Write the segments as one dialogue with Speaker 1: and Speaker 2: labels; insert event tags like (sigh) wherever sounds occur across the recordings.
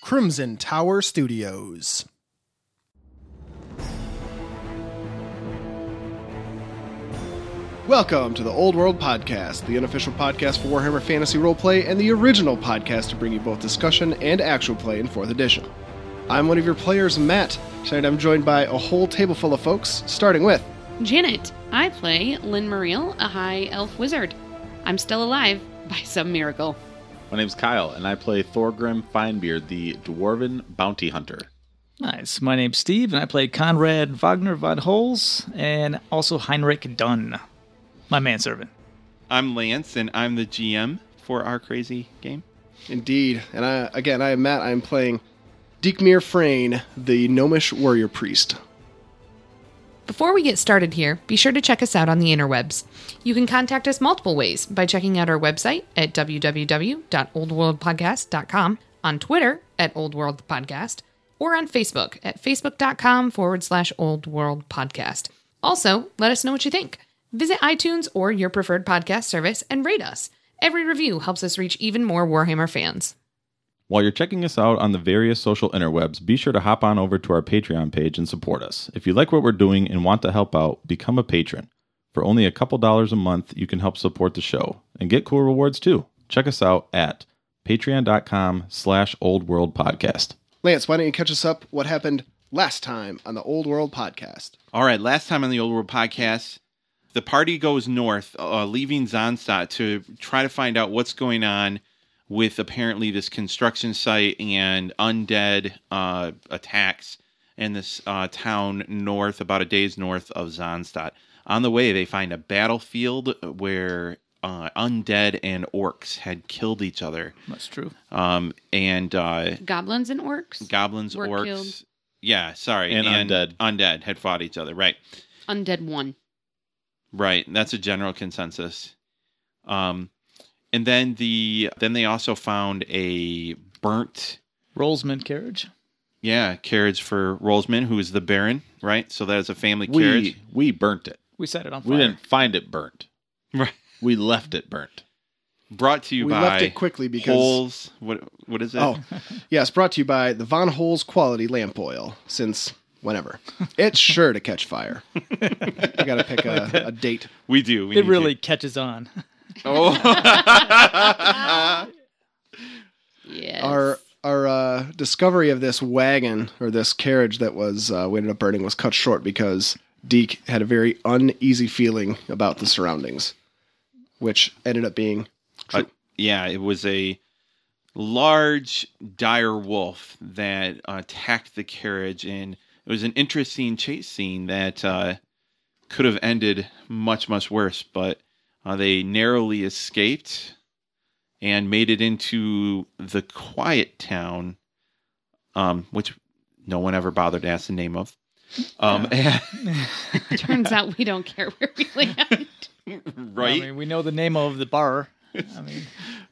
Speaker 1: Crimson Tower Studios. Welcome to the Old World Podcast, the unofficial podcast for Warhammer Fantasy Roleplay and the original podcast to bring you both discussion and actual play in 4th edition. I'm one of your players, Matt. Tonight I'm joined by a whole table full of folks, starting with
Speaker 2: Janet, I play Lynn Muriel, a high elf wizard. I'm still alive (laughs) by some miracle.
Speaker 3: My name's Kyle, and I play Thorgrim Finebeard, the Dwarven Bounty Hunter.
Speaker 4: Nice. My name's Steve, and I play Conrad Wagner von Holz and also Heinrich Dunn, my manservant.
Speaker 5: I'm Lance, and I'm the GM for our crazy game.
Speaker 1: Indeed. And I, again, I am Matt. I'm playing Deekmir Frayne, the gnomish warrior priest.
Speaker 2: Before we get started here, be sure to check us out on the interwebs. You can contact us multiple ways by checking out our website at www.oldworldpodcast.com, on Twitter at Old World Podcast, or on Facebook at facebook.com forward slash Old World Podcast. Also, let us know what you think. Visit iTunes or your preferred podcast service and rate us. Every review helps us reach even more Warhammer fans.
Speaker 3: While you're checking us out on the various social interwebs, be sure to hop on over to our Patreon page and support us. If you like what we're doing and want to help out, become a patron. For only a couple dollars a month, you can help support the show and get cool rewards too. Check us out at patreon.com slash old world podcast.
Speaker 1: Lance, why don't you catch us up what happened last time on the Old World Podcast?
Speaker 5: All right, last time on the Old World podcast, the party goes north, uh, leaving Zonstadt to try to find out what's going on with apparently this construction site and undead uh, attacks in this uh, town north, about a day's north of Zonstadt. On the way, they find a battlefield where uh, undead and orcs had killed each other,
Speaker 4: That's true.
Speaker 5: um, and uh,
Speaker 2: Goblins and orcs?
Speaker 5: goblins,
Speaker 2: Were
Speaker 5: orcs.
Speaker 2: killed.
Speaker 5: Yeah, sorry,
Speaker 3: And undead.
Speaker 5: undead had fought each other. Right.
Speaker 2: Undead one.
Speaker 5: Right, that's a general consensus. Um, and then the then they also found a burnt
Speaker 4: Rollsman carriage.
Speaker 5: yeah carriage for Rollsman, who is the Baron, right? So that is a family
Speaker 3: We,
Speaker 5: carriage.
Speaker 3: we burnt it.
Speaker 4: We set it on fire.
Speaker 3: We didn't find it burnt.
Speaker 5: (laughs) Right.
Speaker 3: We left it burnt.
Speaker 5: Brought to you
Speaker 1: we
Speaker 5: by
Speaker 1: left it quickly because.
Speaker 5: Holes. What what is it?
Speaker 1: (laughs) Oh, yes, brought to you by the Von Holz Quality Lamp Oil since whenever. It's sure to catch fire. I got to pick a, a date.
Speaker 5: we do. We
Speaker 4: It
Speaker 5: need
Speaker 4: really
Speaker 5: to-
Speaker 4: catches on. (laughs)
Speaker 5: Oh.
Speaker 2: Yes.
Speaker 1: Our our uh, discovery of this wagon or this carriage that was uh, we ended up burning was cut short because Deke had a very uneasy feeling about the surroundings, which ended up being
Speaker 5: Uh, yeah, it was a large dire wolf that uh, attacked the carriage, and it was an interesting chase scene that uh, could have ended much, much worse. But uh, they narrowly escaped and made it into the quiet town, um, which no one ever bothered to ask the name of. Um, (laughs)
Speaker 2: Turns out we don't care where we land.
Speaker 5: right?
Speaker 4: I mean, we know the name of the bar. I mean,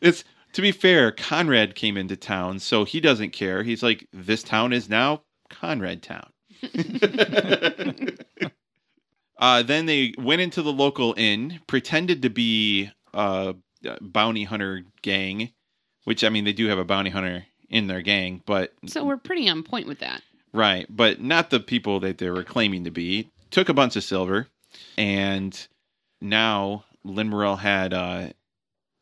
Speaker 5: It's to be fair, Conrad came into town, so he doesn't care. He's like, this town is now Conrad Town. uh, then they went into the local inn, pretended to be uh, a bounty hunter gang, which I mean, they do have a bounty hunter in their gang, but
Speaker 2: So we're pretty on point with that.
Speaker 5: Right, but not the people that they were claiming to be. Took a bunch of silver, and now Linmorel had uh,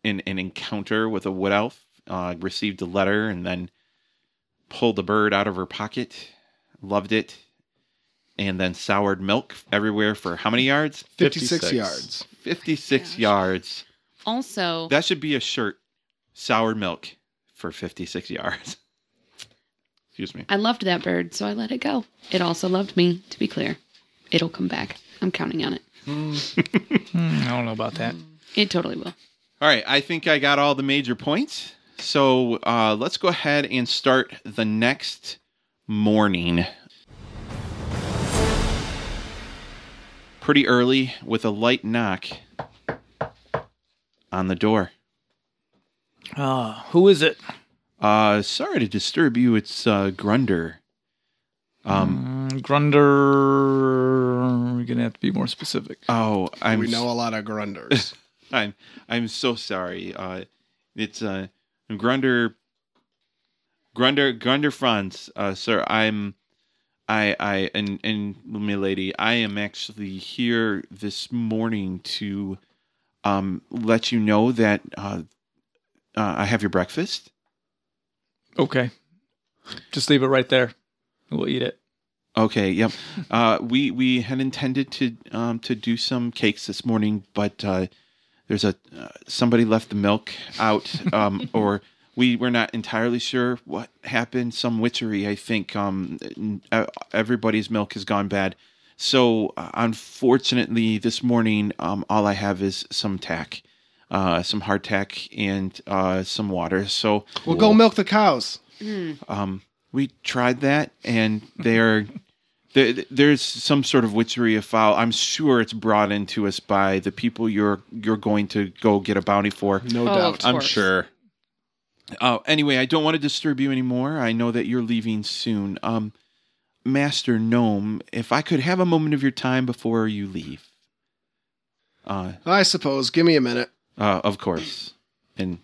Speaker 5: an an encounter with a wood elf. Uh, received a letter, and then pulled the bird out of her pocket. Loved it, and then soured milk everywhere for how many yards?
Speaker 1: 56,
Speaker 3: 56.
Speaker 1: yards.
Speaker 5: Fifty six
Speaker 2: Gosh.
Speaker 5: yards.
Speaker 2: Also,
Speaker 5: That should be a shirt. Soured milk for fifty six yards. Excuse me.
Speaker 2: I loved that bird, so I let it go. It also loved me, to be clear. It'll come back. I'm counting on it.
Speaker 4: hmm, I don't know about that.
Speaker 2: It totally will.
Speaker 5: All right, I think I got all the major points. So uh, let's go ahead and start the next morning. Pretty early with a light knock on the door.
Speaker 4: Uh, who is it?
Speaker 5: Uh, sorry to disturb you. It's uh, Grunder. Um,
Speaker 4: Mm, Grunder. We're gonna have to be more specific.
Speaker 5: oh, I'm
Speaker 1: we know a lot of grunders.
Speaker 5: I'm I'm so sorry. Uh, it's uh, Grunder Grunder Grunder Franz, uh, sir, I'm I I and and milady, I am actually here this morning to um let you know that uh, uh I have your breakfast.
Speaker 4: Okay. Just leave it right there. We'll eat it.
Speaker 5: Okay, yep. Uh, we we had intended to um, to do some cakes this morning, but uh, there's a uh, somebody left the milk out, um, or we were not entirely sure what happened. Some witchery, I think. Um, n- uh, everybody's milk has gone bad, so uh, unfortunately, this morning, um, all I have is some tack, uh, some hardtack, and uh, some water. So
Speaker 1: We'll go milk the cows.
Speaker 5: um, we tried that, and they're, there there's some sort of witchery afoul. I'm sure it's brought into us by the people you're you're going to go get a bounty for.
Speaker 1: No
Speaker 2: Oh,
Speaker 1: doubt.
Speaker 2: of
Speaker 3: I'm
Speaker 2: course.
Speaker 3: sure.
Speaker 5: Uh, anyway, I don't want to disturb you anymore. I know that you're leaving soon. Um, Master Gnome, if I could have a moment of your time before you leave. Uh,
Speaker 1: I suppose. Give me a minute.
Speaker 5: uh, of course. And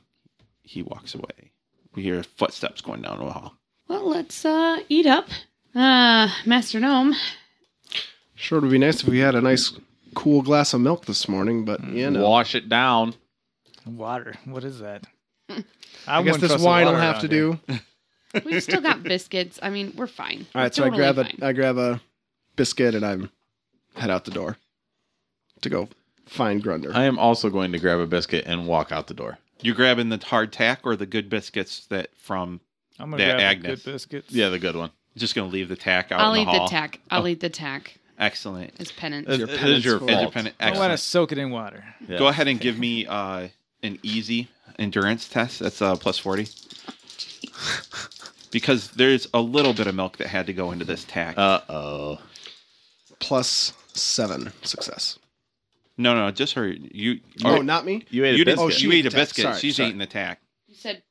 Speaker 5: he walks away. We hear footsteps going down the hall.
Speaker 2: Well, let's uh, eat up. Uh, Master Gnome.
Speaker 1: Sure would be nice if we had a nice cool glass of milk this morning, but you know.
Speaker 3: Wash it down.
Speaker 4: Water. What is (laughs) that?
Speaker 1: I guess
Speaker 4: wouldn't
Speaker 1: this
Speaker 4: trust the
Speaker 1: wine will
Speaker 4: water
Speaker 1: have
Speaker 4: around
Speaker 1: to
Speaker 4: here.
Speaker 1: do.
Speaker 2: We've still got biscuits. I mean, we're fine.
Speaker 1: All right, so I
Speaker 2: Totally
Speaker 1: grab a
Speaker 2: fine.
Speaker 1: I grab a biscuit and I'm head out the door to go find Grunder.
Speaker 3: I am also going to grab a biscuit and walk out the door.
Speaker 5: You're grabbing the hard tack or the good biscuits that from.
Speaker 4: I'm gonna
Speaker 5: That
Speaker 4: grab
Speaker 5: Agnes.
Speaker 4: the good biscuits.
Speaker 3: Yeah, the good one.
Speaker 5: Just gonna leave the tack out
Speaker 2: I'll
Speaker 5: in
Speaker 2: eat
Speaker 5: the hall.
Speaker 2: the tack. I'll eat the tack
Speaker 5: Excellent.
Speaker 2: as penance.
Speaker 3: It's
Speaker 1: your
Speaker 3: it
Speaker 1: penance
Speaker 3: is your
Speaker 1: for-
Speaker 5: As your
Speaker 3: fault.
Speaker 5: pen-
Speaker 4: I want to
Speaker 5: excellent.
Speaker 4: soak it in water.
Speaker 3: Yeah.
Speaker 5: Go ahead and give me uh, an easy endurance test. That's uh, plus forty. Because there's a little bit of milk that had to go into this tack.
Speaker 3: Uh oh.
Speaker 1: Plus seven success.
Speaker 5: no, no, just her. You. you
Speaker 1: Oh, not me.
Speaker 3: You ate a
Speaker 5: you didn't.
Speaker 3: biscuit.
Speaker 1: Oh,
Speaker 5: Oh,
Speaker 1: she
Speaker 5: she ate
Speaker 1: ate
Speaker 5: a
Speaker 1: the tack.
Speaker 5: biscuit.
Speaker 1: Sorry,
Speaker 5: She's
Speaker 1: sorry.
Speaker 5: eating the tack.
Speaker 2: You said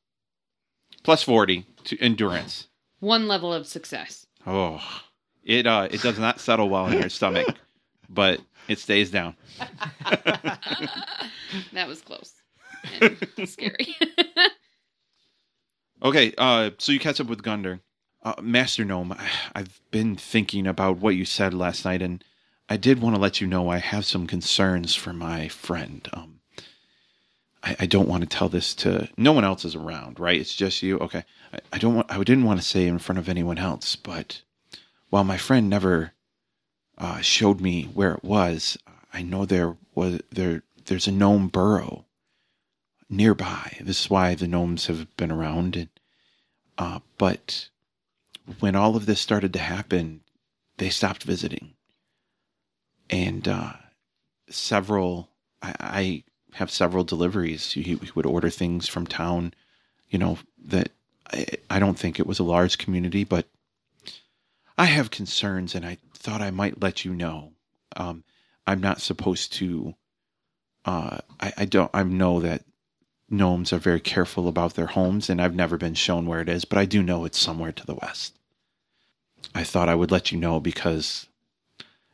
Speaker 5: Plus forty to endurance.
Speaker 2: one level of success.
Speaker 5: Oh, it uh, it does not settle well in your stomach, but it stays down.
Speaker 2: That was close. And scary.
Speaker 5: Okay, uh, so you catch up with Gunder. Uh, Master Gnome, (sighs) I- I've been thinking about what you said last night, and I did want to let you know I have some concerns for my friend. Um, I, I don't want to tell this to no one else is around, right? It's just you. Okay, I, I don't want. I didn't want to say in front of anyone else, but while my friend never uh, showed me where it was, I know there was there. There's a gnome burrow nearby. This is why the gnomes have been around. And, uh, but when all of this started to happen, they stopped visiting. And uh, several, I, I have several deliveries. He, he would order things from town, you know, that I, I don't think it was a large community, but I have concerns and I thought I might let you know. Um, I'm not supposed to. Uh, I, I don't. I know that gnomes are very careful about their homes, and I've never been shown where it is, but I do know it's somewhere to the west. I thought I would let you know because,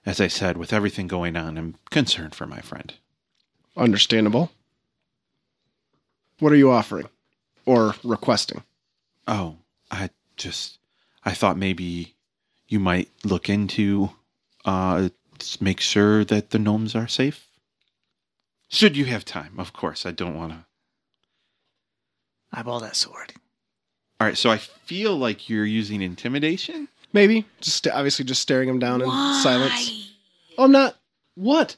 Speaker 5: as I said, with everything going on, I'm concerned for my friend.
Speaker 1: Understandable. What are you offering or requesting?
Speaker 5: Oh, I just, I thought maybe you might look into, uh, s- make sure that the gnomes are safe. Should you have time, of course. I don't want to.
Speaker 4: Eyeball that sword.
Speaker 5: All right, so I feel like you're using intimidation.
Speaker 1: Maybe just sta- obviously just staring him down in
Speaker 2: (laughs)
Speaker 1: silence. Oh, I'm not. What?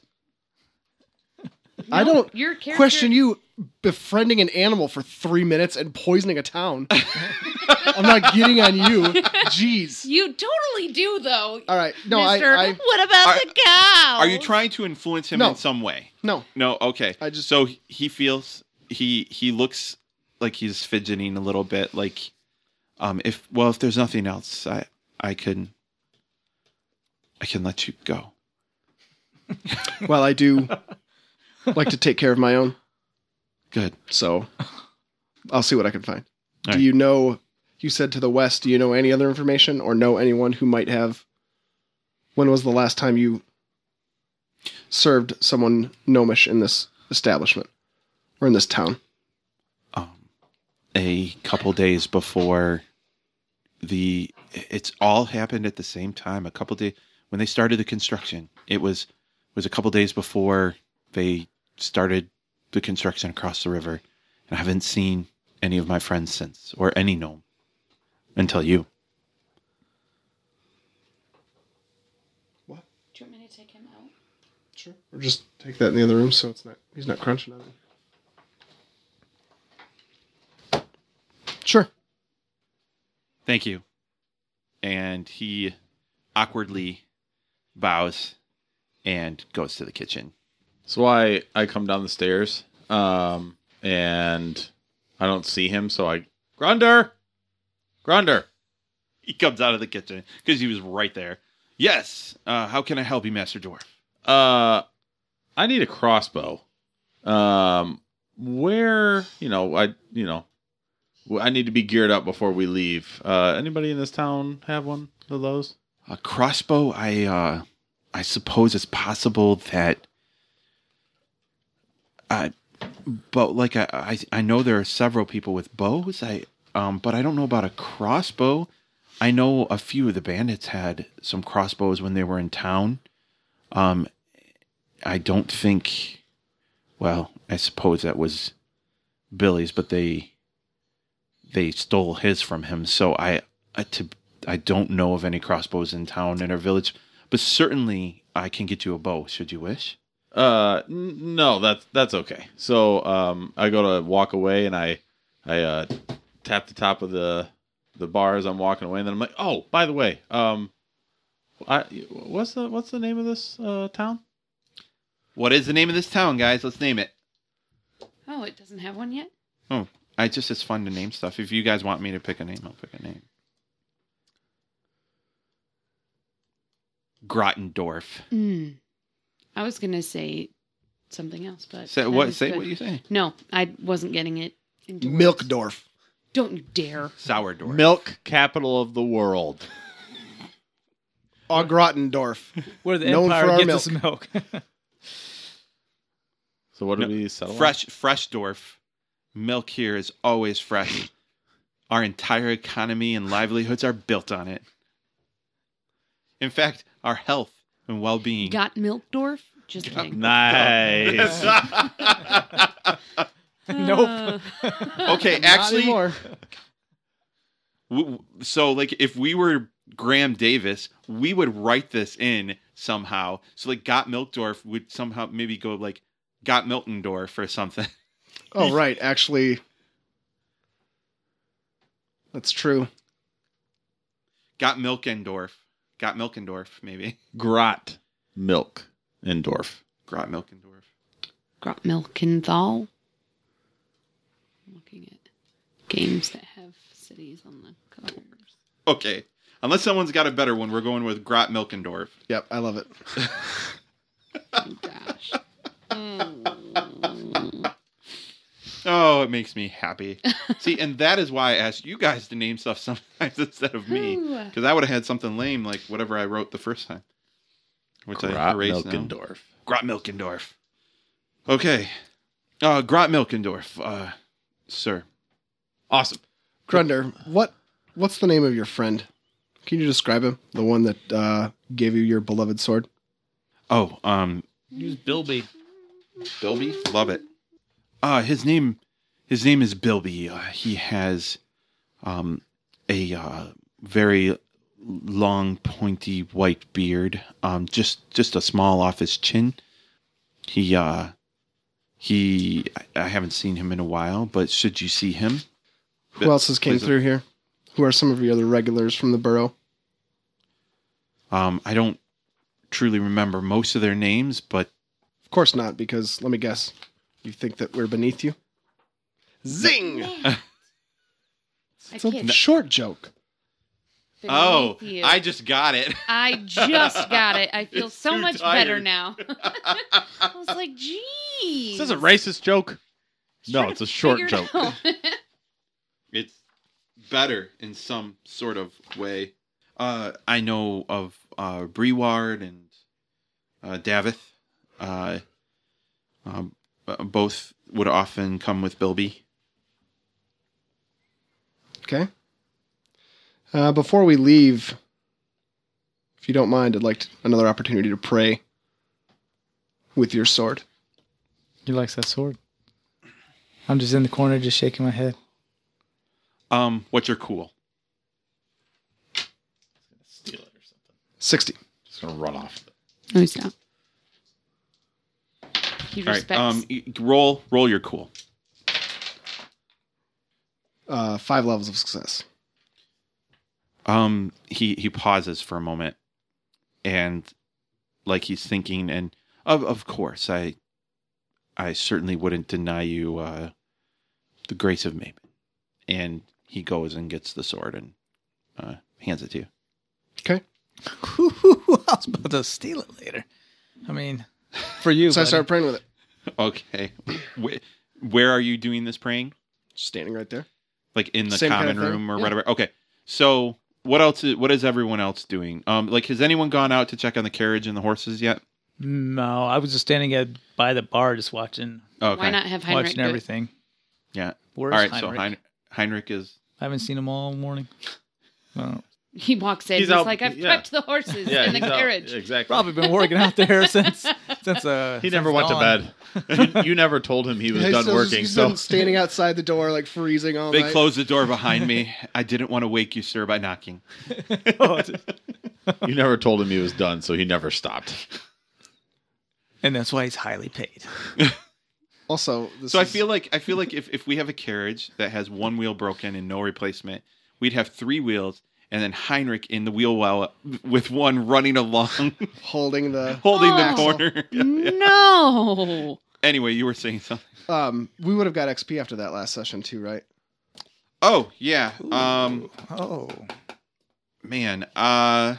Speaker 1: I don't
Speaker 2: Your character.
Speaker 1: question you befriending an animal for three minutes and poisoning a town. I'm not getting on you.
Speaker 2: (laughs)
Speaker 1: Jeez.
Speaker 2: You totally do, though.
Speaker 1: All right. Uh, No,
Speaker 2: Mister.
Speaker 1: I, I
Speaker 2: What about
Speaker 5: Are-
Speaker 2: the cow?
Speaker 5: Are you trying to influence him
Speaker 1: No.
Speaker 5: in some way?
Speaker 1: no.
Speaker 5: No, okay.
Speaker 1: I just-
Speaker 5: so he feels he he looks like he's fidgeting a little bit. Like, um, if well, if there's nothing else, I I can I can let you go.
Speaker 1: Well, I do like to take care of my own,
Speaker 5: Good.
Speaker 1: so I'll see what I can find.
Speaker 5: All
Speaker 1: do
Speaker 5: right.
Speaker 1: you know? You said to the west. Do you know any other information or know anyone who might have? When was the last time you served someone gnomish in this establishment or in this town?
Speaker 5: Um, a couple days before the it's all happened at the same time. A couple days when they started the construction, it was was a couple days before they started the construction across the river, and I haven't seen any of my friends since, or any gnome, until you.
Speaker 1: What?
Speaker 6: Do you want me to take him out?
Speaker 1: Sure. Or just take that in the other room so it's not he's not crunching on it. Sure.
Speaker 5: Thank you. And he awkwardly bows and goes to the kitchen.
Speaker 3: So I I come down the stairs, um, and I don't see him. So I Grunder, Grunder.
Speaker 5: He comes out of the kitchen because he was right there. Yes. Uh, how can I help you, Master Dwarf?
Speaker 3: Uh, I need a crossbow. Um, where you know I you know w- I need to be geared up before we leave. Uh, anybody in this town have one of those?
Speaker 5: A crossbow. I uh, I suppose it's possible that. I, but like I, I I know there are several people with bows. I um, but I don't know about a crossbow. I know a few of the bandits had some crossbows when they were in town. Um, I don't think. Well, I suppose that was Billy's, but they they stole his from him. So I, I to I don't know of any crossbows in town in our village, but certainly I can get you a bow should you wish.
Speaker 3: Uh, n- no, that's that's okay. So um, I go to walk away and I I uh, tap the top of the the bar as I'm walking away, and then I'm like, oh, by the way, um, I what's the what's the name of this uh, town?
Speaker 5: What is the name of this town, guys? Let's name it.
Speaker 6: Oh, it doesn't have one yet?
Speaker 5: Oh, I just it's fun to name stuff. If you guys want me to pick a name, I'll pick a name. Grottendorf.
Speaker 1: Hmm.
Speaker 6: Mm. I was going to say something else, but.
Speaker 5: Say
Speaker 6: that
Speaker 5: what?
Speaker 6: was
Speaker 5: Say
Speaker 6: good.
Speaker 5: what you say.
Speaker 6: No, I wasn't getting it. into words.
Speaker 1: Milkdorf.
Speaker 6: Don't you dare.
Speaker 5: Sourdorf.
Speaker 3: Milk capital of the world.
Speaker 1: Agrotendorf.
Speaker 4: Where the
Speaker 1: Known for
Speaker 4: Empire
Speaker 1: our
Speaker 4: gets its milk. (laughs)
Speaker 3: So what do
Speaker 5: No,
Speaker 3: we settle? on?
Speaker 5: fresh, fresh Dorf. Milk here is always fresh. Our entire economy and livelihoods are built on it. In fact, our health and well-being.
Speaker 6: Got Milkdorf? Just kidding.
Speaker 3: Nice.
Speaker 4: Nope.
Speaker 5: okay,
Speaker 1: Not
Speaker 5: actually,
Speaker 1: anymore.
Speaker 5: W- w- so like if we were Graham Davis, we would write this in somehow. So like Got Milkdorf would somehow maybe go like Got Miltendorf or something.
Speaker 1: (laughs)
Speaker 5: (laughs)
Speaker 1: Oh right, actually. That's true.
Speaker 5: Got Milkendorf. Got Milkendorf maybe. (laughs)
Speaker 3: Grot milk in Dorf.
Speaker 5: Grot Milkendorf.
Speaker 6: Grot Milkenthal. I'm looking at games that have cities on the covers.
Speaker 5: Okay. Unless someone's got a better one, we're going with Grot Milkendorf.
Speaker 1: Yep, I love it.
Speaker 6: Oh, (laughs) gosh. Mm.
Speaker 5: Oh, it makes me happy. See, and that is why I asked you guys to name stuff (laughs) sometimes instead of me.
Speaker 6: Ooh.
Speaker 5: Because I would have had something lame like whatever I wrote the first time. Which I
Speaker 3: Grot
Speaker 5: erased
Speaker 3: milk
Speaker 5: now.
Speaker 3: in Dorf.
Speaker 5: Grot Milkendorf. Okay. Uh, Grot Milkendorf, uh, sir.
Speaker 3: Awesome.
Speaker 1: Grunder, what what's the name of your friend? Can you describe him? The one that uh, gave you your beloved sword?
Speaker 5: Oh, um,
Speaker 4: Use Bilby.
Speaker 5: Bilby? Love it. Uh, his name, his name is Bilby. Uh, he has, um, a, uh, very long, pointy white beard. Um, just, just a small off his chin. He, uh, he, I- I haven't seen him in a while, but should you see him?
Speaker 1: Who else has came
Speaker 5: Please-
Speaker 1: through here? Who are some of your other regulars from the borough?
Speaker 5: Um, I don't truly remember most of their names, but
Speaker 1: Of course not, because let me guess, you think that we're beneath you? Zing!
Speaker 6: I
Speaker 1: It's a
Speaker 6: can't
Speaker 1: short joke.
Speaker 5: Oh,
Speaker 6: beneath you.
Speaker 5: I just got it.
Speaker 6: (laughs) I just got it.
Speaker 3: (laughs)
Speaker 6: I feel
Speaker 5: It's
Speaker 6: so
Speaker 5: too
Speaker 6: much
Speaker 5: tired.
Speaker 6: better now. I was like, geez.
Speaker 3: Is this a racist joke? No, it's a short joke.
Speaker 5: It's better in some sort of way. Uh, I know of uh, Breward and uh, Davith. Uh, um, uh, both would often come with Bilby.
Speaker 1: Okay. Uh, before we leave, if you don't mind, I'd like to, another opportunity to pray with your sword.
Speaker 4: He likes that sword. I'm just in the corner, just shaking my head.
Speaker 5: Um, what's your cool?
Speaker 3: Steal it or something.
Speaker 1: 60.
Speaker 3: Just gonna run off.
Speaker 6: (laughs) No, he's not. He
Speaker 5: All right.
Speaker 6: respects.
Speaker 5: Um, y- roll, roll your cool.
Speaker 1: Uh, five levels of success.
Speaker 5: Um, he he pauses for a moment, and like he's thinking, and of of course, I I certainly wouldn't deny you uh, the grace of Mabon. And he goes and gets the sword and uh, hands it to you.
Speaker 1: Okay.
Speaker 4: (laughs) I was about to steal it later. I mean, for you.
Speaker 1: So I
Speaker 4: buddy.
Speaker 1: start praying with it.
Speaker 5: (laughs) Okay, Wh- where are you doing this praying?
Speaker 1: Standing right there.
Speaker 5: Like in the
Speaker 1: Same kind
Speaker 5: common
Speaker 1: of thing,
Speaker 5: room or
Speaker 1: yeah.
Speaker 5: whatever. Okay, so what else? Is, what is everyone else doing? Um, like has anyone gone out to check on the carriage and the horses yet?
Speaker 4: No, I was just standing at, by the bar, just watching,
Speaker 5: Okay,
Speaker 6: Why not have Heinrich?
Speaker 4: watching
Speaker 6: Do it?
Speaker 4: everything.
Speaker 5: Yeah.
Speaker 4: Where's
Speaker 5: All right,
Speaker 4: Heinrich?
Speaker 5: so Hein- Heinrich is
Speaker 4: I haven't seen him all morning. Well,
Speaker 6: He walks in.
Speaker 3: He's
Speaker 6: He's,
Speaker 3: out-
Speaker 6: like, I've
Speaker 3: yeah.
Speaker 6: prepped the horses in the carriage.
Speaker 3: exactly.
Speaker 4: probably been working out there (laughs) since since uh.
Speaker 3: He
Speaker 4: since
Speaker 3: never went
Speaker 4: dawn.
Speaker 3: to (laughs) bed. you, you never told him he was
Speaker 1: He's
Speaker 3: done
Speaker 1: still-
Speaker 3: working.
Speaker 1: he's
Speaker 3: So
Speaker 1: been standing outside the door, like freezing all
Speaker 5: They
Speaker 1: night.
Speaker 5: closed the door behind me. I didn't want to wake you, sir, by knocking.
Speaker 3: (laughs) you never told him he was done, so he never stopped.
Speaker 4: and that's why he's highly paid.
Speaker 1: Also, this
Speaker 5: So I
Speaker 1: is-
Speaker 5: feel like I feel like if, if we have a carriage that has one wheel broken and no replacement, we'd have three wheels and then Heinrich in the wheel well with one running along (laughs)
Speaker 1: holding the
Speaker 5: holding
Speaker 6: Oh.
Speaker 5: the corner. (laughs)
Speaker 3: (laughs)
Speaker 6: No.
Speaker 5: anyway, you were saying something.
Speaker 1: um we would have got XP after that last session too, right?
Speaker 5: Oh, yeah. Um
Speaker 4: Oh.
Speaker 5: man, uh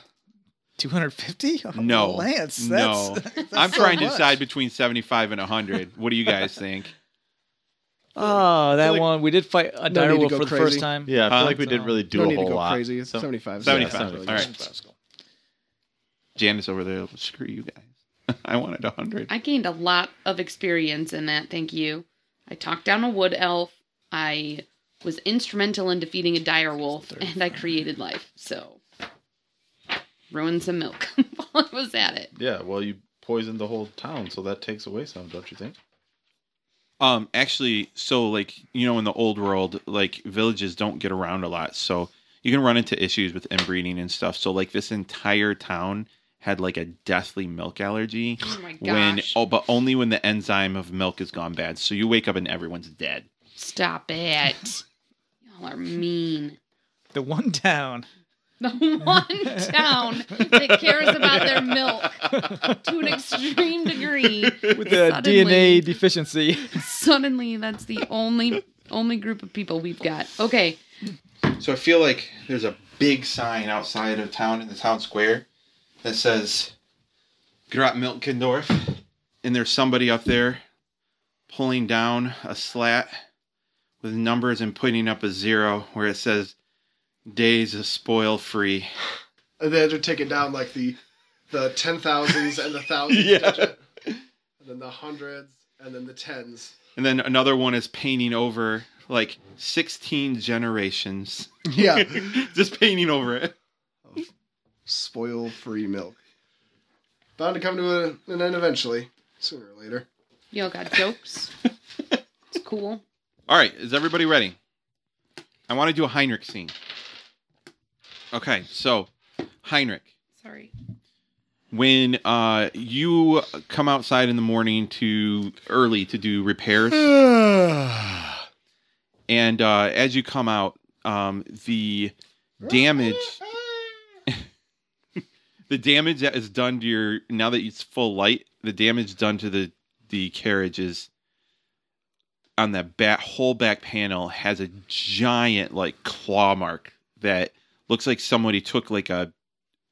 Speaker 4: 250? Oh,
Speaker 5: no.
Speaker 4: Lance, that's,
Speaker 5: no. I'm trying to
Speaker 1: much.
Speaker 5: decide between 75 and 100. What do you guys think?
Speaker 4: Oh, that
Speaker 3: like-
Speaker 4: one. We did fight a
Speaker 1: No need to
Speaker 4: direwolf
Speaker 1: go
Speaker 4: for the
Speaker 1: crazy.
Speaker 4: first time.
Speaker 3: Yeah, I feel
Speaker 5: Huh?
Speaker 3: like we didn't really do
Speaker 1: Don't
Speaker 3: a
Speaker 1: need to
Speaker 3: whole
Speaker 1: go
Speaker 3: lot.
Speaker 1: crazy.
Speaker 3: So-
Speaker 1: 75.
Speaker 3: Yeah,
Speaker 5: 75. All right. Janice over there, screw you guys. (laughs) I wanted 100.
Speaker 6: I gained a lot of experience in that. Thank you. I talked down a wood elf. I was instrumental in defeating a dire wolf, and I created life. So ruined some milk (laughs) while I was at it.
Speaker 3: Yeah, well, you poisoned the whole town, so that takes away some, don't you think?
Speaker 5: Um, actually, so like you know, in the old world, like villages don't get around a lot, so you can run into issues with inbreeding and stuff. So like this entire town had like a deathly milk allergy
Speaker 6: Oh my gosh!
Speaker 5: when oh, but only when the enzyme of milk has gone bad. So you wake up and everyone's dead.
Speaker 6: Stop it! Y'all are mean.
Speaker 4: The one town.
Speaker 6: (laughs) The one town that cares about their milk to an extreme degree
Speaker 4: With the
Speaker 6: Suddenly-
Speaker 4: DNA deficiency. (laughs)
Speaker 6: Suddenly, that's the only only group of people we've got. Okay,
Speaker 5: So I feel like there's a big sign outside of town in the town square that says Grot Milkendorf. And there's somebody up there pulling down a slat with numbers and putting up a zero where it says days of spoil free.
Speaker 1: And then they're taking down like the the ten thousands and
Speaker 5: (laughs)
Speaker 1: the thousands digit, and then the hundreds and then the tens.
Speaker 5: And then another one is painting over like 16 generations.
Speaker 1: (laughs)
Speaker 5: (laughs)
Speaker 1: Yeah.
Speaker 5: Just painting over it.
Speaker 1: Spoil free milk. Bound to come to a, an end eventually, sooner or later.
Speaker 6: y'all got jokes. It's cool.
Speaker 5: All right, is everybody ready? I want to do a Heinrich scene. Okay, so Heinrich,
Speaker 6: Sorry.
Speaker 5: when uh, you come outside in the morning to early to do repairs, and uh, as you come out, um, the damage, (laughs) the damage that is done to your now that it's full light, the damage done to the the carriage is on that back whole back panel has a giant like claw mark that looks like somebody took like a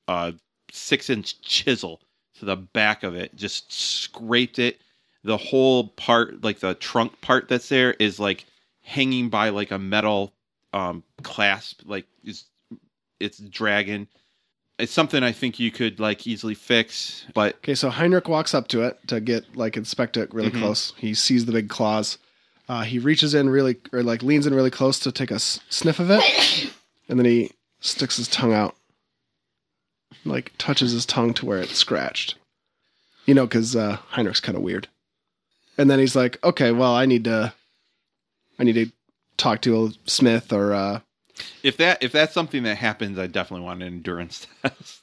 Speaker 5: a six inch chisel to the back of it, just scraped it. The whole part, like the trunk part that's there, is like hanging by like a metal um clasp, like it's it's dragging. It's something I think you could like easily fix, but
Speaker 1: Okay, so Heinrich walks up to it to get like inspect it really
Speaker 5: Mhm.
Speaker 1: close. He sees the big claws. Uh, he reaches in really or like leans in really close to take a s- sniff of it, and then he sticks his tongue out, like touches his tongue to where it's scratched. You know, because uh, Heinrich's kind of weird. And then he's like, "Okay, well, I need to, I need to talk to a Smith or uh,
Speaker 5: If that if that's something that happens, I definitely want an endurance (laughs) test.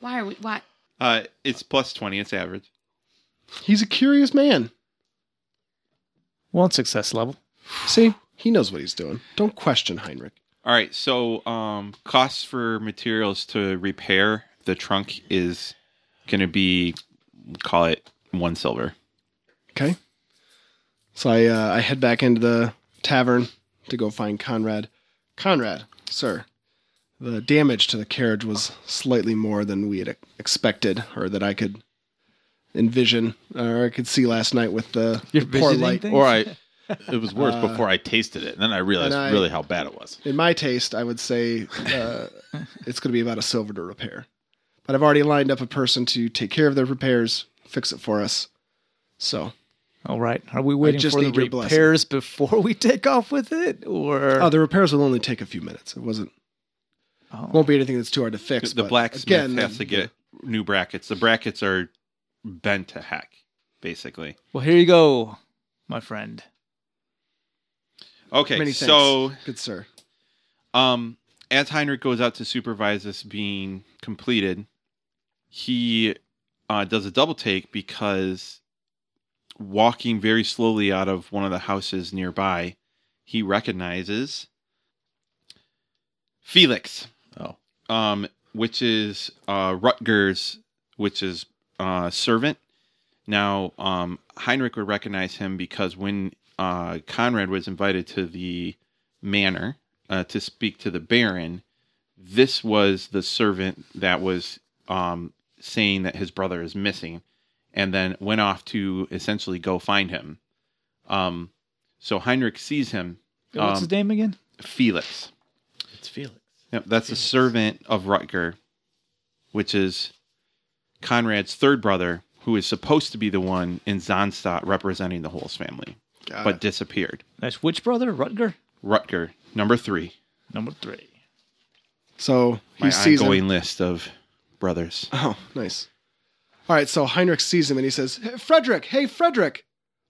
Speaker 6: Why are we? Why?
Speaker 5: Uh, it's plus twenty. It's average.
Speaker 1: he's a curious man.
Speaker 4: One success level.
Speaker 1: See, he knows what he's doing. Don't question Heinrich.
Speaker 5: All right. So, um, costs for materials to repair the trunk is going to be call it one silver.
Speaker 1: Okay. So I uh, I head back into the tavern to go find Conrad. Conrad, sir, the damage to the carriage was slightly more than we had expected, or that I could envision, or I could see last night with the, the poor light.
Speaker 3: Or I, it was worse
Speaker 1: Uh,
Speaker 3: before I tasted it, and then I realized
Speaker 1: and I-
Speaker 3: really how bad it was.
Speaker 1: In my taste, I would say uh, it's going to be about a silver to repair. But I've already lined up a person to take care of the repairs, fix it for us. So,
Speaker 4: All right. Are we waiting
Speaker 1: just
Speaker 4: for the
Speaker 1: need your blessing.
Speaker 4: repairs before we take off with it? Or
Speaker 1: oh, the repairs will only take a few minutes. It wasn't
Speaker 4: Oh.
Speaker 1: won't be anything that's too hard to fix.
Speaker 5: The
Speaker 1: but
Speaker 5: blacksmith
Speaker 1: again,
Speaker 5: has to get new brackets. The brackets are bent to heck, basically.
Speaker 4: well, here you go, my friend.
Speaker 5: Okay.
Speaker 1: Many thanks.
Speaker 5: so,
Speaker 1: good sir.
Speaker 5: Um, as Heinrich goes out to supervise this being completed, he uh, does a double take because walking very slowly out of one of the houses nearby, he recognizes Felix,
Speaker 3: Oh,
Speaker 5: um, which is uh, Rutgers, which is uh, servant. Now, um, Heinrich would recognize him because when uh, Conrad was invited to the manor uh, to speak to the Baron, this was the servant that was um, saying that his brother is missing, and then went off to essentially go find him. Um, so Heinrich sees him,
Speaker 4: What's
Speaker 5: Um,
Speaker 4: his name again?
Speaker 5: Felix.
Speaker 3: it's Felix.
Speaker 5: Yep, that's a servant of Rutger, which is Conrad's third brother, who is supposed to be the one in Zonstadt representing the Holz family,
Speaker 1: Got
Speaker 5: but
Speaker 1: it.
Speaker 5: disappeared.
Speaker 4: That's which brother? Rutger?
Speaker 5: Rutger, number three,
Speaker 4: Number three.
Speaker 1: so
Speaker 5: my
Speaker 1: he sees
Speaker 5: ongoing
Speaker 1: him.
Speaker 5: list of brothers.
Speaker 1: (laughs) Oh, nice. All right, so Heinrich sees him and he says, "Hey, "Frederick, hey Frederick,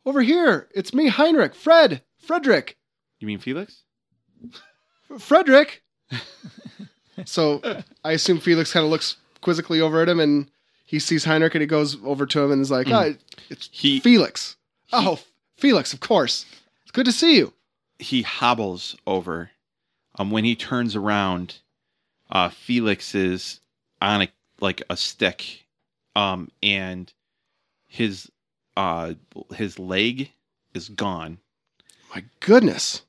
Speaker 1: over here. It's me, Heinrich. Fred, Frederick,
Speaker 5: You mean Felix?
Speaker 1: Frederick." (laughs) so I assume Felix kind of looks quizzically over at him and he sees Heinrich and he goes over to him and is like, "Ah, "It's
Speaker 5: Mm. He-
Speaker 1: Felix." oh, Felix, of course. It's good to see you.
Speaker 5: He hobbles over. Um, when he turns around, uh, Felix is on a, like a stick, um, and his uh, his leg is gone.
Speaker 1: My goodness,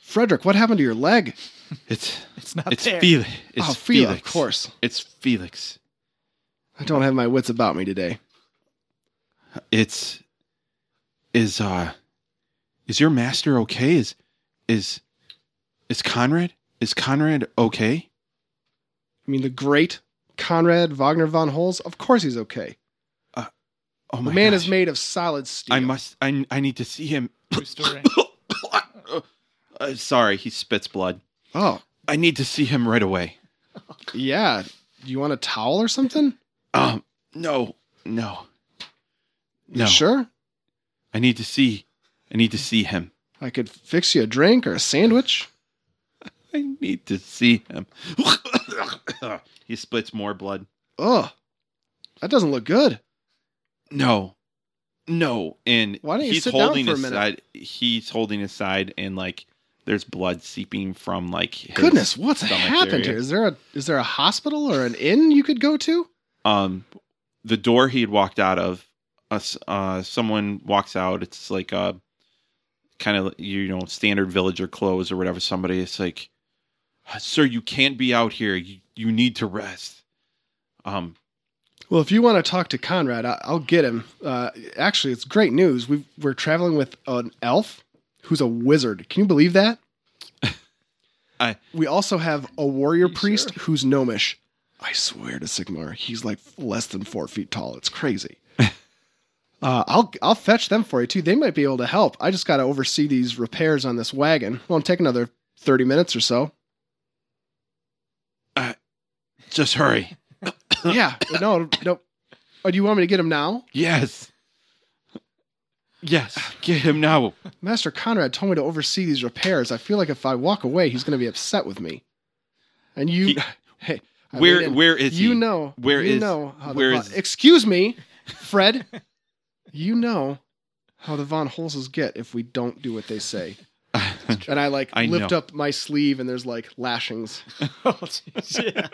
Speaker 1: Frederick, what happened to your leg?
Speaker 5: It's
Speaker 4: It's not
Speaker 5: It's
Speaker 4: there.
Speaker 5: Felix. It's
Speaker 1: oh, Felix,
Speaker 5: Felix.
Speaker 1: of course.
Speaker 5: It's Felix.
Speaker 1: I don't have my wits about me today.
Speaker 5: It's is uh is your master okay? Is is is Conrad? Is Conrad okay?
Speaker 1: I mean, the great Conrad Wagner von Holz. Of course, he's okay.
Speaker 5: Oh
Speaker 1: The
Speaker 5: my
Speaker 1: man
Speaker 5: gosh.
Speaker 1: is made of solid steel.
Speaker 5: I must I I need to see him. (coughs)
Speaker 4: True story. (laughs)
Speaker 5: Uh, sorry, he spits blood.
Speaker 1: Oh
Speaker 5: I need to see him right away.
Speaker 1: yeah. Do you want a towel or something?
Speaker 5: Um no. No.
Speaker 1: You
Speaker 5: No.
Speaker 1: Sure.
Speaker 5: I need to see I need to see him.
Speaker 1: I could fix you a drink or a sandwich.
Speaker 5: I need to see him. (coughs) he splits more blood.
Speaker 1: Ugh. That doesn't look good.
Speaker 5: No, no. And
Speaker 1: Why don't you
Speaker 5: he's
Speaker 1: sit down
Speaker 5: holding
Speaker 1: for a
Speaker 5: his
Speaker 1: minute?
Speaker 5: side. He's holding his side, and like there's blood seeping from like his
Speaker 1: Goodness, what's
Speaker 5: stomach
Speaker 1: happened
Speaker 5: area.
Speaker 1: here? Is there a is there a hospital or an inn you could go to?
Speaker 5: Um, the door he had walked out of. Us, uh, someone walks out. It's like a kind of you know standard villager clothes or whatever. Somebody, it's like, sir, you can't be out here. You you need to rest. Um,
Speaker 1: Well, if you want to talk to Conrad, I, I'll get him. Uh, actually, it's great news. We've, we're traveling with an elf who's a wizard. Can you believe that?
Speaker 5: I-
Speaker 1: we also have a warrior priest who's gnomish. I swear to Sigmar, he's like less than four feet tall. It's crazy. uh, I'll I'll fetch them for you too. They might be able to help. I just got to oversee these repairs on this wagon. Won't take another thirty minutes or so. (laughs)
Speaker 5: Just hurry.
Speaker 1: yeah. No, no. Oh, do you want me to get him now?
Speaker 5: Yes. Yes. Get him now.
Speaker 1: Master Conrad told me to oversee these repairs. I feel like if I walk away, he's going to be upset with me. And you,
Speaker 5: He-
Speaker 1: (laughs) hey, I
Speaker 5: Where
Speaker 1: mean,
Speaker 5: where is
Speaker 1: you
Speaker 5: he?
Speaker 1: know
Speaker 5: where
Speaker 1: you
Speaker 5: is-
Speaker 1: know how the
Speaker 5: where
Speaker 1: Von-
Speaker 5: is-
Speaker 1: (laughs) excuse me, Fred. you know how the Von Holzes get if we don't do what they
Speaker 5: (laughs)
Speaker 1: say. And I like
Speaker 5: I
Speaker 1: lift
Speaker 5: know.
Speaker 1: up my sleeve, and there's like lashings.
Speaker 4: Oh, jeez, yeah.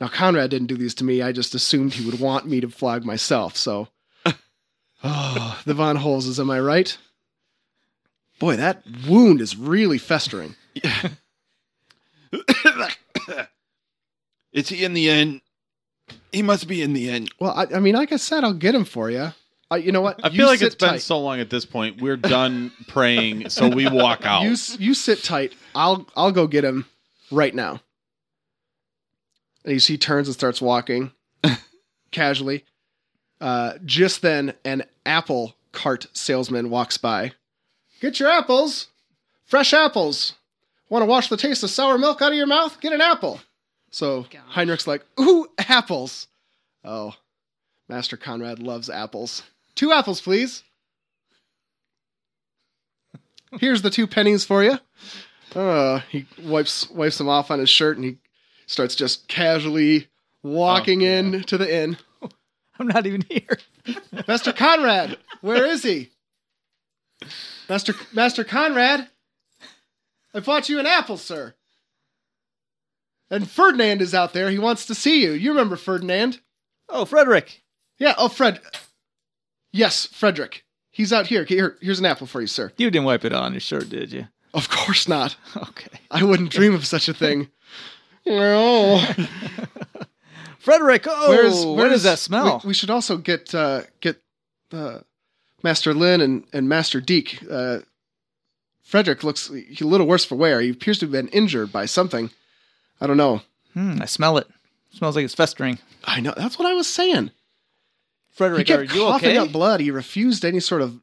Speaker 1: Now Conrad didn't do these to me. I just assumed he would want me to flag myself.
Speaker 3: (sighs)
Speaker 1: So, oh, the Von Holzes, am I right? Boy, that wound is really festering.
Speaker 5: (coughs) is he in the end? He must be in the end.
Speaker 1: Well, I, I mean, like I said, I'll get him for you. I, you know what?
Speaker 3: I
Speaker 1: You
Speaker 3: feel like
Speaker 1: sit
Speaker 3: it's been
Speaker 1: tight.
Speaker 3: so long at this point. We're done (laughs) praying, so we walk out.
Speaker 1: You s- you sit tight. I'll I'll go get him right now. And he, he turns and starts walking
Speaker 3: (laughs)
Speaker 1: casually. Uh, just then, an apple cart salesman walks by. Get your apples, fresh apples. Want to wash the taste of sour milk out of your mouth? Get an apple. So
Speaker 6: Gosh.
Speaker 1: Heinrich's like, ooh, apples. Oh, Master Conrad loves apples. Two apples, please. Here's the two pennies for you. Uh, he wipes wipes them off on his shirt and he starts just casually walking in to the inn.
Speaker 4: I'm not even here.
Speaker 1: Master Conrad, where is he? Master Master Conrad, I bought you an apple, sir. And Ferdinand is out there. He wants to see you. You remember Ferdinand?
Speaker 4: Oh, Frederick.
Speaker 1: Yeah. Oh, Fred. Yes, Frederick. He's out here. Here, here's an apple for you, sir.
Speaker 4: You didn't wipe it on your shirt, did you? (laughs)
Speaker 1: Of course not.
Speaker 4: Okay.
Speaker 1: I wouldn't dream of such a thing. No.
Speaker 4: Frederick, oh,
Speaker 1: Where's,
Speaker 4: where does that smell?
Speaker 1: We, we should also get uh, get uh, Master Lin and, and Master Deke. Uh, Frederick looks he's a little worse for wear. He appears to have been injured by something. I don't know.
Speaker 4: Hmm, I smell it. Smells like it's festering.
Speaker 1: I know. That's what I was saying. He
Speaker 4: Frederick, are
Speaker 1: kept
Speaker 4: you
Speaker 1: coughing
Speaker 4: okay?
Speaker 1: up blood. He refused any sort of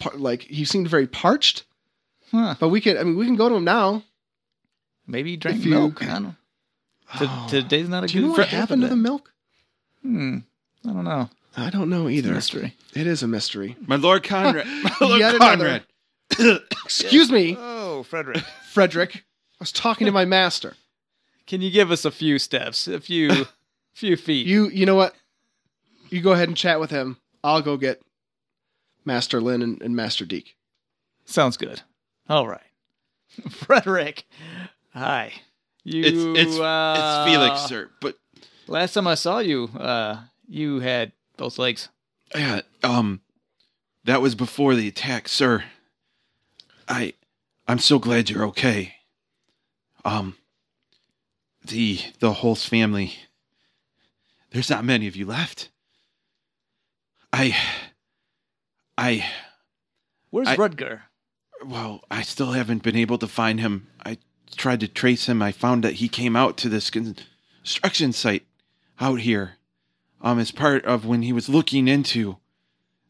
Speaker 1: par- like. He seemed very parched.
Speaker 4: Huh.
Speaker 1: But we can. I mean, we can go to him now.
Speaker 4: Maybe you drank
Speaker 1: If you-
Speaker 4: milk. I don't know. To-
Speaker 1: (sighs)
Speaker 4: Today's not a
Speaker 1: Do you
Speaker 4: good
Speaker 1: know what
Speaker 4: day for
Speaker 1: happened to
Speaker 4: that.
Speaker 1: the milk?
Speaker 4: Hmm. I don't know.
Speaker 1: I don't know either.
Speaker 4: Mystery.
Speaker 1: It is a mystery.
Speaker 5: My
Speaker 1: (laughs)
Speaker 5: Lord Conrad. My Lord
Speaker 1: Yet another.
Speaker 5: Conrad.
Speaker 1: Excuse me,
Speaker 4: Oh, Frederick.
Speaker 1: Frederick. I was talking to my master.
Speaker 4: (laughs) Can you give us a few steps?
Speaker 1: (laughs)
Speaker 4: A few few feet.
Speaker 1: You you know what? You go ahead and chat with him. I'll go get Master Lin and, and Master Deke.
Speaker 4: Sounds good. All right. (laughs) Frederick. Hi. You
Speaker 5: It's it's
Speaker 4: uh,
Speaker 5: it's Felix, sir. But
Speaker 4: Last time I saw you, uh you had both legs.
Speaker 5: yeah, um, that was before the attack, sir. I, I'm so glad you're okay. Um, the the Holtz family. There's not many of you left. I, I
Speaker 4: Where's
Speaker 5: I-
Speaker 4: Rudger?
Speaker 5: Well, I still haven't been able to find him. I tried to trace him. I found that he came out to this construction site out here um as part of when he was looking into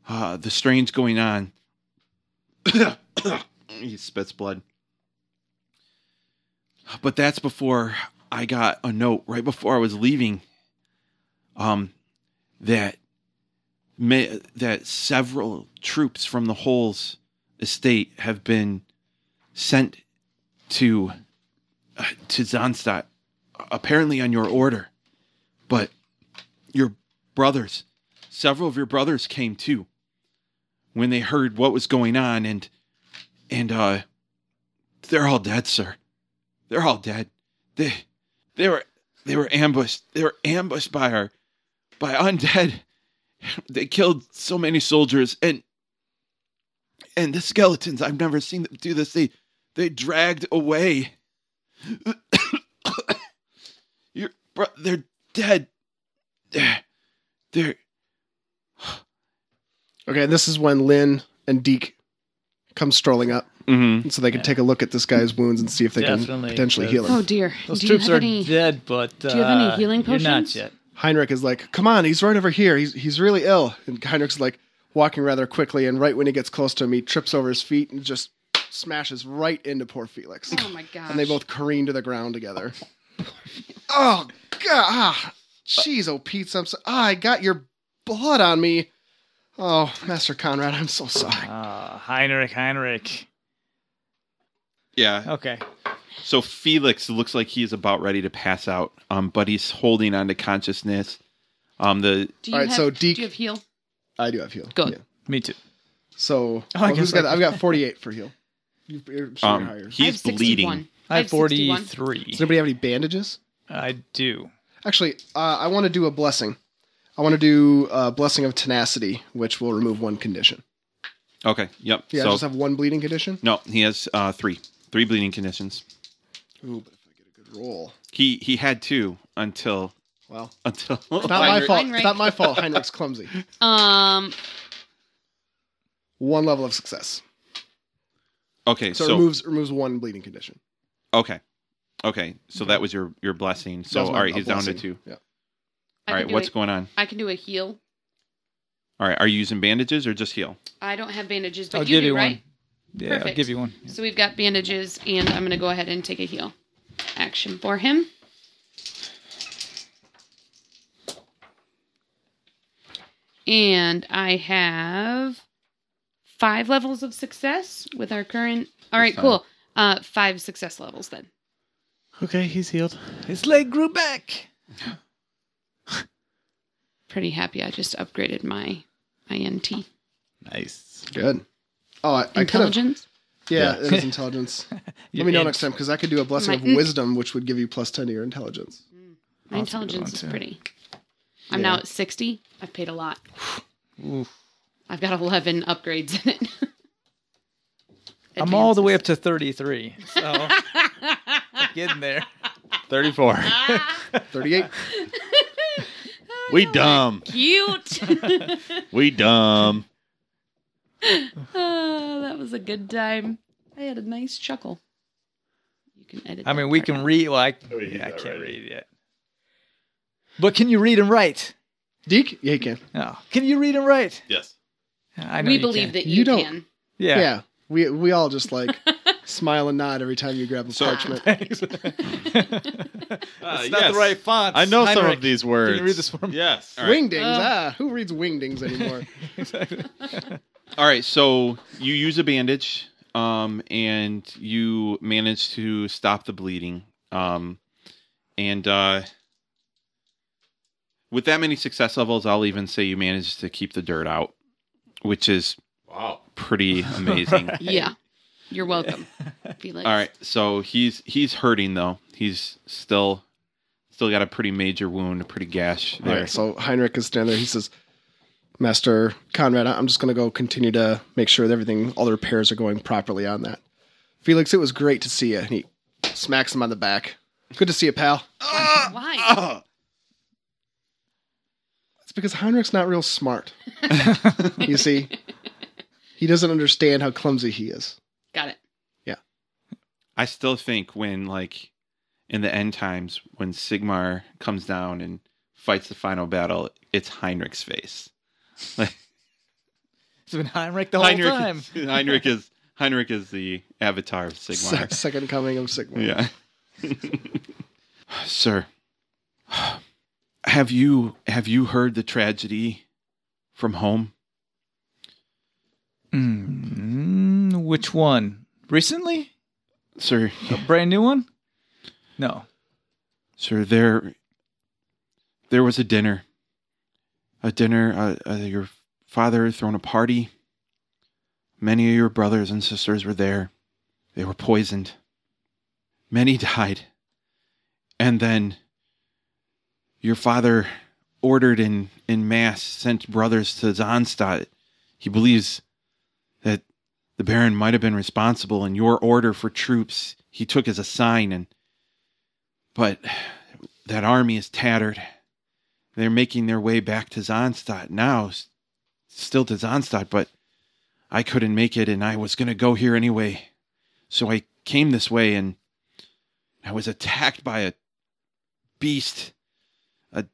Speaker 5: uh the strains going on. (coughs) he spits blood. But that's before I got a note right before I was leaving um that ma- that several troops from the holes estate have been sent to uh, to Zonstadt, apparently on your order. But your brothers, several of your brothers came too when they heard what was going on, and and uh, they're all dead, sir. They're all dead. They they were they were ambushed. They were ambushed by our by undead. (laughs) They killed so many soldiers and and the skeletons i've never seen them do this they they dragged away (coughs) your bro- they're dead they're, they're
Speaker 1: Okay, and this is when Lin and Deke come strolling up,
Speaker 5: Mm-hmm.
Speaker 1: so they can take a look at this guy's wounds and see if they
Speaker 4: Definitely.
Speaker 1: can potentially heal him.
Speaker 6: Oh dear.
Speaker 4: Those
Speaker 6: do
Speaker 4: troops
Speaker 6: you
Speaker 4: are
Speaker 6: have any?
Speaker 4: dead, but do
Speaker 6: you have any healing
Speaker 4: You're not
Speaker 6: potions?
Speaker 4: yet.
Speaker 1: Heinrich is like, "Come on, he's right over here. He's he's really ill." And Heinrich's like walking rather quickly, and right when he gets close to him, he trips over his feet and just smashes right into poor Felix.
Speaker 6: Oh my gosh. (laughs)
Speaker 1: And they both careen to the ground together. Oh god, ah, jeez, oh Pete, I'm so, ah, I got your blood on me. Oh, Master Conrad, I'm so sorry.
Speaker 4: Ah, Heinrich, Heinrich.
Speaker 5: Yeah.
Speaker 4: Okay.
Speaker 5: So Felix looks like he's about ready to pass out, um, but he's holding on to consciousness. Um, the
Speaker 6: Do you
Speaker 1: All right,
Speaker 6: have,
Speaker 1: so
Speaker 6: do
Speaker 1: Deke-
Speaker 6: you have heal?
Speaker 1: I do have heal.
Speaker 6: Good.
Speaker 4: Me too.
Speaker 1: So
Speaker 4: Oh, I
Speaker 1: well, who's
Speaker 4: guess I-
Speaker 1: got? I've got 48 for heal. You- You're sure
Speaker 5: um,
Speaker 1: you're higher.
Speaker 6: I
Speaker 5: he's
Speaker 6: have 61.
Speaker 5: bleeding.
Speaker 4: I have
Speaker 6: 61.
Speaker 4: 43.
Speaker 1: Does anybody have any bandages?
Speaker 4: I do.
Speaker 1: Actually, uh, I want to do a blessing. I want to do a blessing of tenacity, which will remove one condition.
Speaker 5: Okay. Yep.
Speaker 1: Yeah, I
Speaker 5: so
Speaker 1: just have one bleeding condition.
Speaker 5: no, he has uh, three, three bleeding conditions.
Speaker 1: Ooh, but if I get a good roll,
Speaker 5: He he had two until (laughs)
Speaker 1: well,
Speaker 5: until
Speaker 1: not my fault.
Speaker 6: Oh, Heinrich.
Speaker 1: It's not my fault. Heinrich's
Speaker 6: (laughs)
Speaker 1: clumsy.
Speaker 6: Um,
Speaker 1: One level of success,
Speaker 5: Okay.
Speaker 1: so,
Speaker 5: So,
Speaker 1: it removes removes one bleeding condition.
Speaker 5: okay, okay. So that was your your blessing. So
Speaker 1: That was
Speaker 5: all
Speaker 1: my-
Speaker 5: right,
Speaker 1: a
Speaker 5: he's down to
Speaker 1: blessing.
Speaker 5: two.
Speaker 1: Yeah.
Speaker 6: I
Speaker 5: All
Speaker 6: can
Speaker 5: right,
Speaker 6: do
Speaker 5: what's
Speaker 6: a-
Speaker 5: going on?
Speaker 6: I can do a heal.
Speaker 5: All right, are you using bandages or just heal?
Speaker 6: I don't have bandages, but
Speaker 4: I'll
Speaker 6: you
Speaker 4: give
Speaker 6: do,
Speaker 4: you
Speaker 6: right?
Speaker 4: one. Yeah, I'll
Speaker 6: Perfect.
Speaker 4: give you one.
Speaker 6: So we've got bandages, and I'm going to go ahead and take a heal action for him. And I have five levels of success with our current. All right,
Speaker 5: Fine.
Speaker 6: cool. Uh, five success levels then.
Speaker 3: Okay, he's healed.
Speaker 4: His leg grew back.
Speaker 6: Pretty happy. I just upgraded my INT
Speaker 3: Nice.
Speaker 1: Good. Oh, I, I could have.
Speaker 6: intelligence.
Speaker 1: Yeah,
Speaker 3: Yeah.
Speaker 1: it
Speaker 6: (laughs)
Speaker 1: is intelligence. Let
Speaker 4: Your
Speaker 1: me know
Speaker 4: int.
Speaker 1: next time because I could do a blessing
Speaker 6: My
Speaker 1: of
Speaker 6: int.
Speaker 1: wisdom, which would give you plus ten to your intelligence.
Speaker 6: My
Speaker 4: That's a good
Speaker 6: intelligence
Speaker 4: one,
Speaker 6: is
Speaker 4: too.
Speaker 6: pretty. I'm
Speaker 1: Yeah.
Speaker 6: now at 60. I've paid a lot.
Speaker 4: Oof.
Speaker 6: I've got 11 upgrades in it. (laughs)
Speaker 4: I'm all the way up to 33.
Speaker 6: (laughs)
Speaker 4: So, I'm getting there.
Speaker 3: Thirty-four.
Speaker 6: (laughs)
Speaker 1: Thirty-eight.
Speaker 5: We dumb.
Speaker 6: Cute. (laughs)
Speaker 5: We dumb.
Speaker 6: oh, that was a good time. I had a nice chuckle. You can edit.
Speaker 4: I
Speaker 6: that
Speaker 4: mean, we
Speaker 6: part
Speaker 4: can
Speaker 6: out.
Speaker 4: read. Well, I, yeah, I can't read yet. But can you read and write?
Speaker 1: Deke. Yeah, you can.
Speaker 4: No. Can you read and write?
Speaker 5: Yes.
Speaker 4: I know
Speaker 6: We
Speaker 4: you
Speaker 6: believe
Speaker 4: can.
Speaker 6: that
Speaker 1: You
Speaker 6: you,
Speaker 1: don't-
Speaker 6: can.
Speaker 1: Yeah.
Speaker 4: Yeah.
Speaker 1: We we all just
Speaker 6: (laughs)
Speaker 1: like smile and nod every time you grab the
Speaker 5: So-
Speaker 1: parchment.
Speaker 3: Uh,
Speaker 4: That's not the right font.
Speaker 3: I know some
Speaker 4: Heinrich.
Speaker 3: of these words.
Speaker 4: read this for me?
Speaker 3: Yes.
Speaker 5: All right.
Speaker 1: Wingdings.
Speaker 6: Oh.
Speaker 1: Ah, who reads wingdings anymore?
Speaker 5: All right, so you use a bandage, um, and you manage to stop the bleeding, um, and uh, with that many success levels, I'll even say you managed to keep the dirt out, which is wow, pretty
Speaker 4: (laughs)
Speaker 5: amazing.
Speaker 6: Yeah. You're welcome. Felix.
Speaker 5: All right, so he's he's hurting though. He's still still got a pretty major wound, a pretty gash
Speaker 1: All
Speaker 5: there.
Speaker 1: right. So Heinrich is standing there. He says, "Master Conrad, I- I'm just going to go continue to make sure that everything, all the repairs are going properly on that." Felix, it was great to see you. And he smacks him on the back. Good to see you, pal.
Speaker 4: (laughs)
Speaker 6: Why?
Speaker 4: Oh.
Speaker 1: It's because Heinrich's not real
Speaker 5: (laughs)
Speaker 1: smart. you see, he doesn't understand how clumsy he is.
Speaker 6: Got it.
Speaker 5: I still think when like in the end times when Sigmar comes down and fights the final battle, it's Heinrich's face.
Speaker 4: It's been Heinrich the whole
Speaker 5: Heinrich,
Speaker 4: time.
Speaker 5: (laughs) Heinrich is Heinrich is the avatar of Sigmar.
Speaker 1: Se- second coming of Sigma.
Speaker 5: Yeah. (laughs) Sir, have you have you heard the tragedy from home?
Speaker 4: Mm, which one? Recently?
Speaker 5: Sir,
Speaker 4: A brand new one? No.
Speaker 5: Sir, there, there was a dinner. A dinner. Uh, uh, your father had thrown a party. Many of your brothers and sisters were there. They were poisoned. Many (laughs) died. And then your father ordered in, in mass, sent brothers to Zonstadt. He believes that the Baron might have been responsible, and your order for troops he took as a sign and but that army is tattered. They're making their way back to Zonstadt now, s- still to Zonstadt, but I couldn't make it and I was going to go here anyway. So I came this way and I was attacked by a beast, a,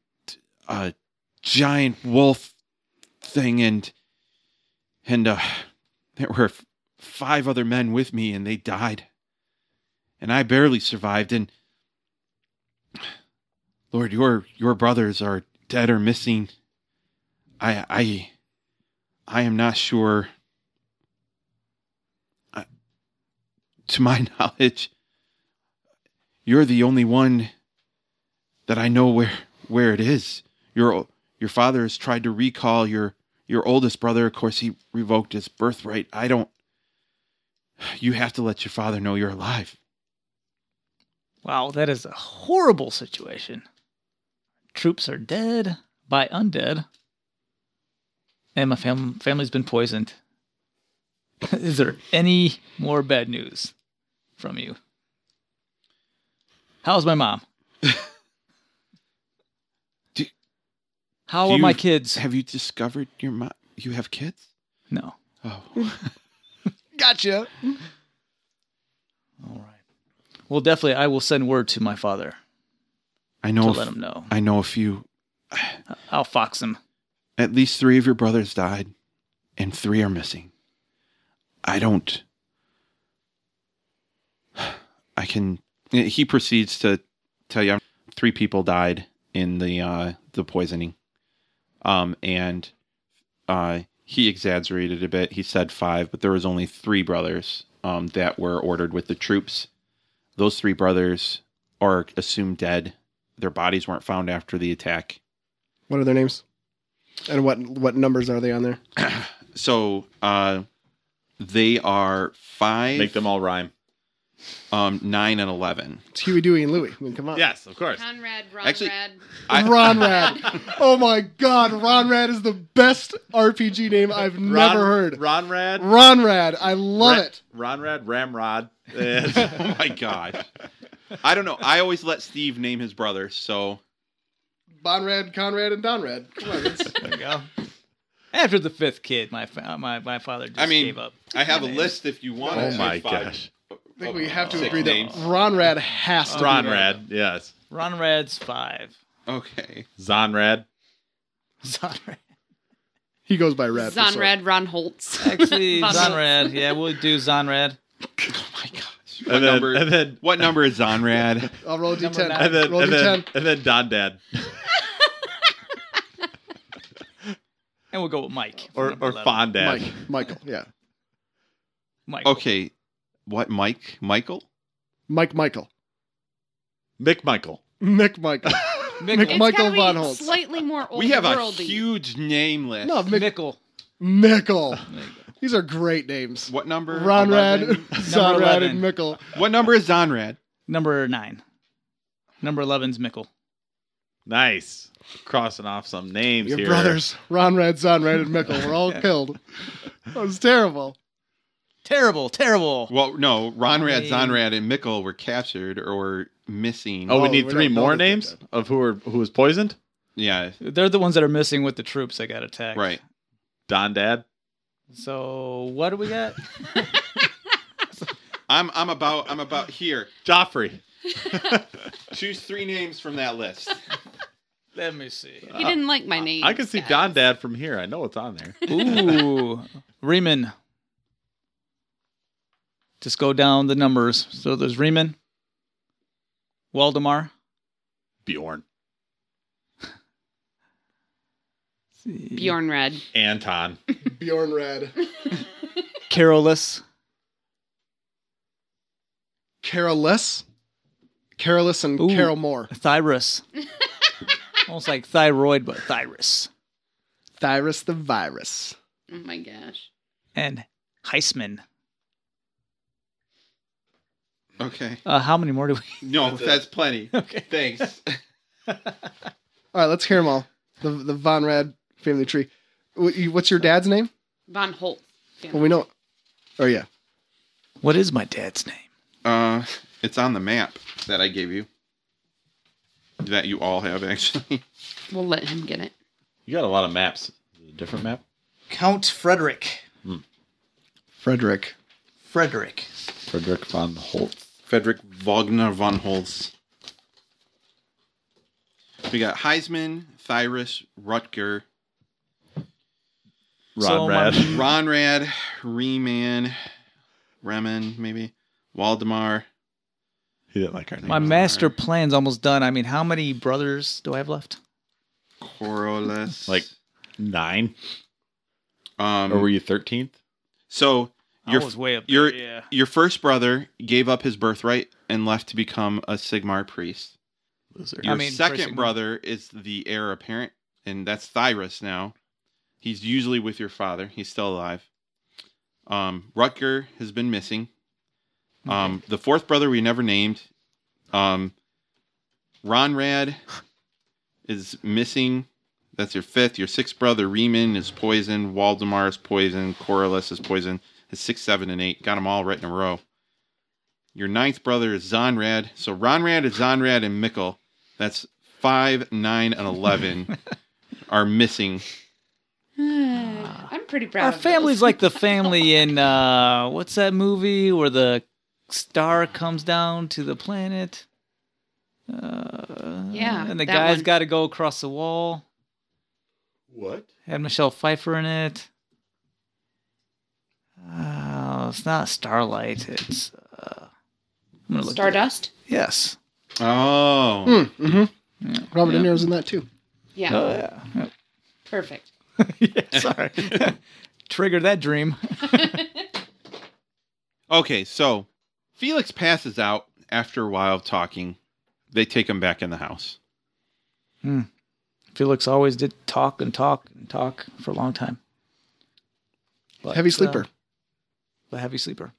Speaker 5: a giant wolf thing, and, and, uh, there were f- five other men with me and they died. And I barely survived and Lord, your your brothers are dead or missing. I I I am not sure. I, to my (laughs) knowledge, you're the only one that I know where where it is. Your your father has tried to recall your your oldest brother. Of course, he revoked his birthright. I don't. You have to let your father know you're alive.
Speaker 4: Wow, that is a horrible situation. Troops are dead by undead, and my fam- family's been poisoned. (laughs) is there any more bad news from you? How's my (laughs) mom?
Speaker 5: Do-
Speaker 4: How
Speaker 5: Do
Speaker 4: are my
Speaker 5: you-
Speaker 4: kids?
Speaker 5: Have you discovered your mom? You have kids?
Speaker 4: No.
Speaker 5: Oh,
Speaker 1: Gotcha.
Speaker 4: All right. Well, definitely, I will send word to my father
Speaker 5: I know.
Speaker 4: to
Speaker 5: a
Speaker 4: let
Speaker 5: f-
Speaker 4: him know.
Speaker 5: I know a few.
Speaker 4: I'll fox him.
Speaker 5: At least three of your brothers died, and three are missing. I don't. I can. He proceeds to tell you three people died in the uh, the poisoning, um, and uh, he exaggerated a bit. He said five, but there was only three brothers um, that were ordered with the troops. Those three brothers are assumed dead. Their bodies weren't found after the attack.
Speaker 1: What are their names? And what what numbers are they on there?
Speaker 5: So uh they are five
Speaker 3: Make them all rhyme.
Speaker 5: um nine and
Speaker 1: (laughs)
Speaker 5: eleven.
Speaker 1: It's Huey, Dewey, and Louie. I mean, come on.
Speaker 3: Yes, of course.
Speaker 6: Conrad, Ronrad.
Speaker 5: Actually-
Speaker 1: Ronrad. oh my God, Ronrad is the best RPG name I've never heard.
Speaker 3: Ronrad.
Speaker 1: Ronrad, I love it.
Speaker 3: Ronrad,
Speaker 5: (laughs)
Speaker 3: Ramrod.
Speaker 5: oh my gosh. I don't know. I always let Steve name his brother, so
Speaker 1: Bonrad, Conrad, and Donrad. Come on, it's-
Speaker 4: There you go. (laughs) After the fifth kid, my fa- my my father just
Speaker 5: I mean,
Speaker 4: gave up.
Speaker 5: I have a list if you want.
Speaker 3: oh
Speaker 5: It's
Speaker 3: my
Speaker 5: five.
Speaker 3: gosh.
Speaker 1: I think we have to
Speaker 5: Six
Speaker 1: agree
Speaker 5: names.
Speaker 1: that Ronrad has to. be there.
Speaker 3: Ronrad. Yes.
Speaker 4: Ronrad's five. (laughs)
Speaker 5: Okay.
Speaker 3: Zonrad.
Speaker 4: Zonrad.
Speaker 1: He goes by Rad. for short.
Speaker 6: Zonrad, Ron Holtz.
Speaker 4: Actually,
Speaker 6: Zonrad.
Speaker 4: Zonrad. Yeah, we'll do Zonrad.
Speaker 5: Oh my gosh. What
Speaker 3: And then,
Speaker 5: number
Speaker 3: and then
Speaker 5: what number
Speaker 3: (laughs)
Speaker 5: is Zonrad?
Speaker 1: I'll roll a d10.
Speaker 4: nine.
Speaker 3: and then
Speaker 1: roll a
Speaker 3: and then,
Speaker 1: d10.
Speaker 3: and then Don Dad
Speaker 4: And we'll go with Mike. for
Speaker 3: or
Speaker 4: number
Speaker 3: or
Speaker 4: 11.
Speaker 3: Fondad.
Speaker 1: Mike, Michael, yeah,
Speaker 4: Mike.
Speaker 5: Okay. What Mike? Michael?
Speaker 1: Mike, Michael,
Speaker 3: Mick Michael.
Speaker 1: Mick,
Speaker 3: (laughs)
Speaker 1: Michael.
Speaker 4: Mickle.
Speaker 1: Mc- Michael
Speaker 6: gotta be
Speaker 1: Von Holtz.
Speaker 6: Slightly more old
Speaker 5: We have a
Speaker 6: worldy.
Speaker 5: huge name list.
Speaker 1: no, Mick,
Speaker 4: Mickle.
Speaker 1: Mickle. These are great names.
Speaker 5: What number?
Speaker 1: Ronrad,
Speaker 5: 11?
Speaker 1: Zonrad, and
Speaker 4: 11.
Speaker 1: Mickle.
Speaker 5: What number is Zonrad?
Speaker 4: Number nine. Number 11's Mickle.
Speaker 3: Nice. Crossing off some names
Speaker 1: Your
Speaker 3: here.
Speaker 1: brothers, Ronrad, Zonrad, and Mickle, were
Speaker 3: (laughs)
Speaker 1: all killed. That was terrible.
Speaker 4: Terrible, terrible.
Speaker 5: Well, no, Ronrad,
Speaker 4: Hey.
Speaker 5: Zonrad, and Mickle were captured or missing.
Speaker 3: Oh, we
Speaker 1: Oh,
Speaker 3: need
Speaker 1: we
Speaker 3: three
Speaker 1: don't know
Speaker 3: more
Speaker 1: that they
Speaker 3: names
Speaker 1: did.
Speaker 3: of who are who was poisoned.
Speaker 5: yeah,
Speaker 4: They're the ones that are missing with the troops that got attacked.
Speaker 5: right.
Speaker 3: Don Dad.
Speaker 4: So what do we got?
Speaker 5: I'm I'm about I'm about here.
Speaker 3: Joffrey.
Speaker 5: Choose three names from that list.
Speaker 4: (laughs) Let me see.
Speaker 6: He didn't like my name.
Speaker 3: I can see Don Dad from here. I know it's on there.
Speaker 4: Ooh, Riemann. Just go down the numbers. So there's Riemann, Waldemar,
Speaker 3: Bjorn.
Speaker 6: Bjornrad.
Speaker 3: Anton.
Speaker 1: Bjornrad,
Speaker 4: Carolus,
Speaker 1: Carolus, Carolus, and
Speaker 4: Ooh.
Speaker 1: Carol Moore.
Speaker 4: Thyrus. Almost like thyroid, but Thyrus.
Speaker 1: Thyrus the virus.
Speaker 6: Oh my gosh.
Speaker 4: And Heisman.
Speaker 5: Okay.
Speaker 4: Uh, how many more do we? (laughs)
Speaker 5: No, that's, plenty.
Speaker 4: Okay.
Speaker 5: Thanks.
Speaker 1: All right, let's hear them all. The the Von Rad family tree. Wh- you- What's your dad's name?
Speaker 6: Von Holtz.
Speaker 1: Well, we know. Oh yeah,
Speaker 4: What is my dad's name?
Speaker 5: Uh, it's on the map that I gave you. That you all have actually. (laughs)
Speaker 6: We'll let him get it.
Speaker 3: You got a lot of maps. Is it a different map?
Speaker 4: Count Frederick.
Speaker 1: Frederick.
Speaker 4: Frederick.
Speaker 3: Frederick von Holtz.
Speaker 5: Frederick Wagner von Holz. We got Heisman, Thyrus, Rutger,
Speaker 4: So my-
Speaker 3: Ronrad.
Speaker 5: Ronrad, Reman, Remen, maybe Waldemar,
Speaker 3: (laughs) He didn't like our name.
Speaker 4: My master plan's almost done. I mean, how many brothers do I have left?
Speaker 5: Corollas.
Speaker 3: Like- Nine?
Speaker 5: um,
Speaker 3: Or were you 13th?
Speaker 5: so your
Speaker 4: I was way up
Speaker 5: your-
Speaker 4: there. Yeah.
Speaker 5: your first brother gave up his birthright and left to become a Sigmar priest.
Speaker 3: Loser.
Speaker 5: Your
Speaker 4: mean, for
Speaker 5: second
Speaker 4: Sigmar.
Speaker 5: brother is the heir apparent, and that's Thyrus now. He's usually with your father. He's still alive. Um, Rutger has been missing. Um, the fourth brother we never named. Um, Ronrad is missing. That's your fifth. Your sixth brother, Riemann, is poison. Waldemar is poison. Corolus is poison. His six, seven, and eight. Got them all right in a row. Your ninth brother is Zonrad. So Ronrad is Zonrad and Mickle. That's five, nine, and
Speaker 3: (laughs)
Speaker 5: eleven are missing.
Speaker 6: (sighs) I'm pretty proud
Speaker 4: Our
Speaker 6: of those.
Speaker 4: family's like the family in uh, what's that movie where the star comes down to the planet? Uh,
Speaker 6: Yeah,
Speaker 4: and the
Speaker 6: that
Speaker 4: guy's
Speaker 6: one.
Speaker 4: got to go across the wall.
Speaker 5: What?
Speaker 4: Had Michelle Pfeiffer in it. Uh, it's not Starlight. It's uh, I'm gonna look it up.
Speaker 6: Stardust.
Speaker 4: Yes.
Speaker 5: Oh.
Speaker 1: Mm-hmm. Robert De Niro's in that too.
Speaker 6: Yeah,
Speaker 4: Oh yeah. (laughs) Yep.
Speaker 6: perfect.
Speaker 4: Yeah, sorry. (laughs) Triggered that dream.
Speaker 3: Hmm.
Speaker 5: Okay, so Felix passes out after a while of talking. They take him back in the house.
Speaker 4: Felix always did talk and talk and talk for a long time. But,
Speaker 1: Heavy
Speaker 4: uh,
Speaker 1: sleeper.
Speaker 4: a heavy sleeper.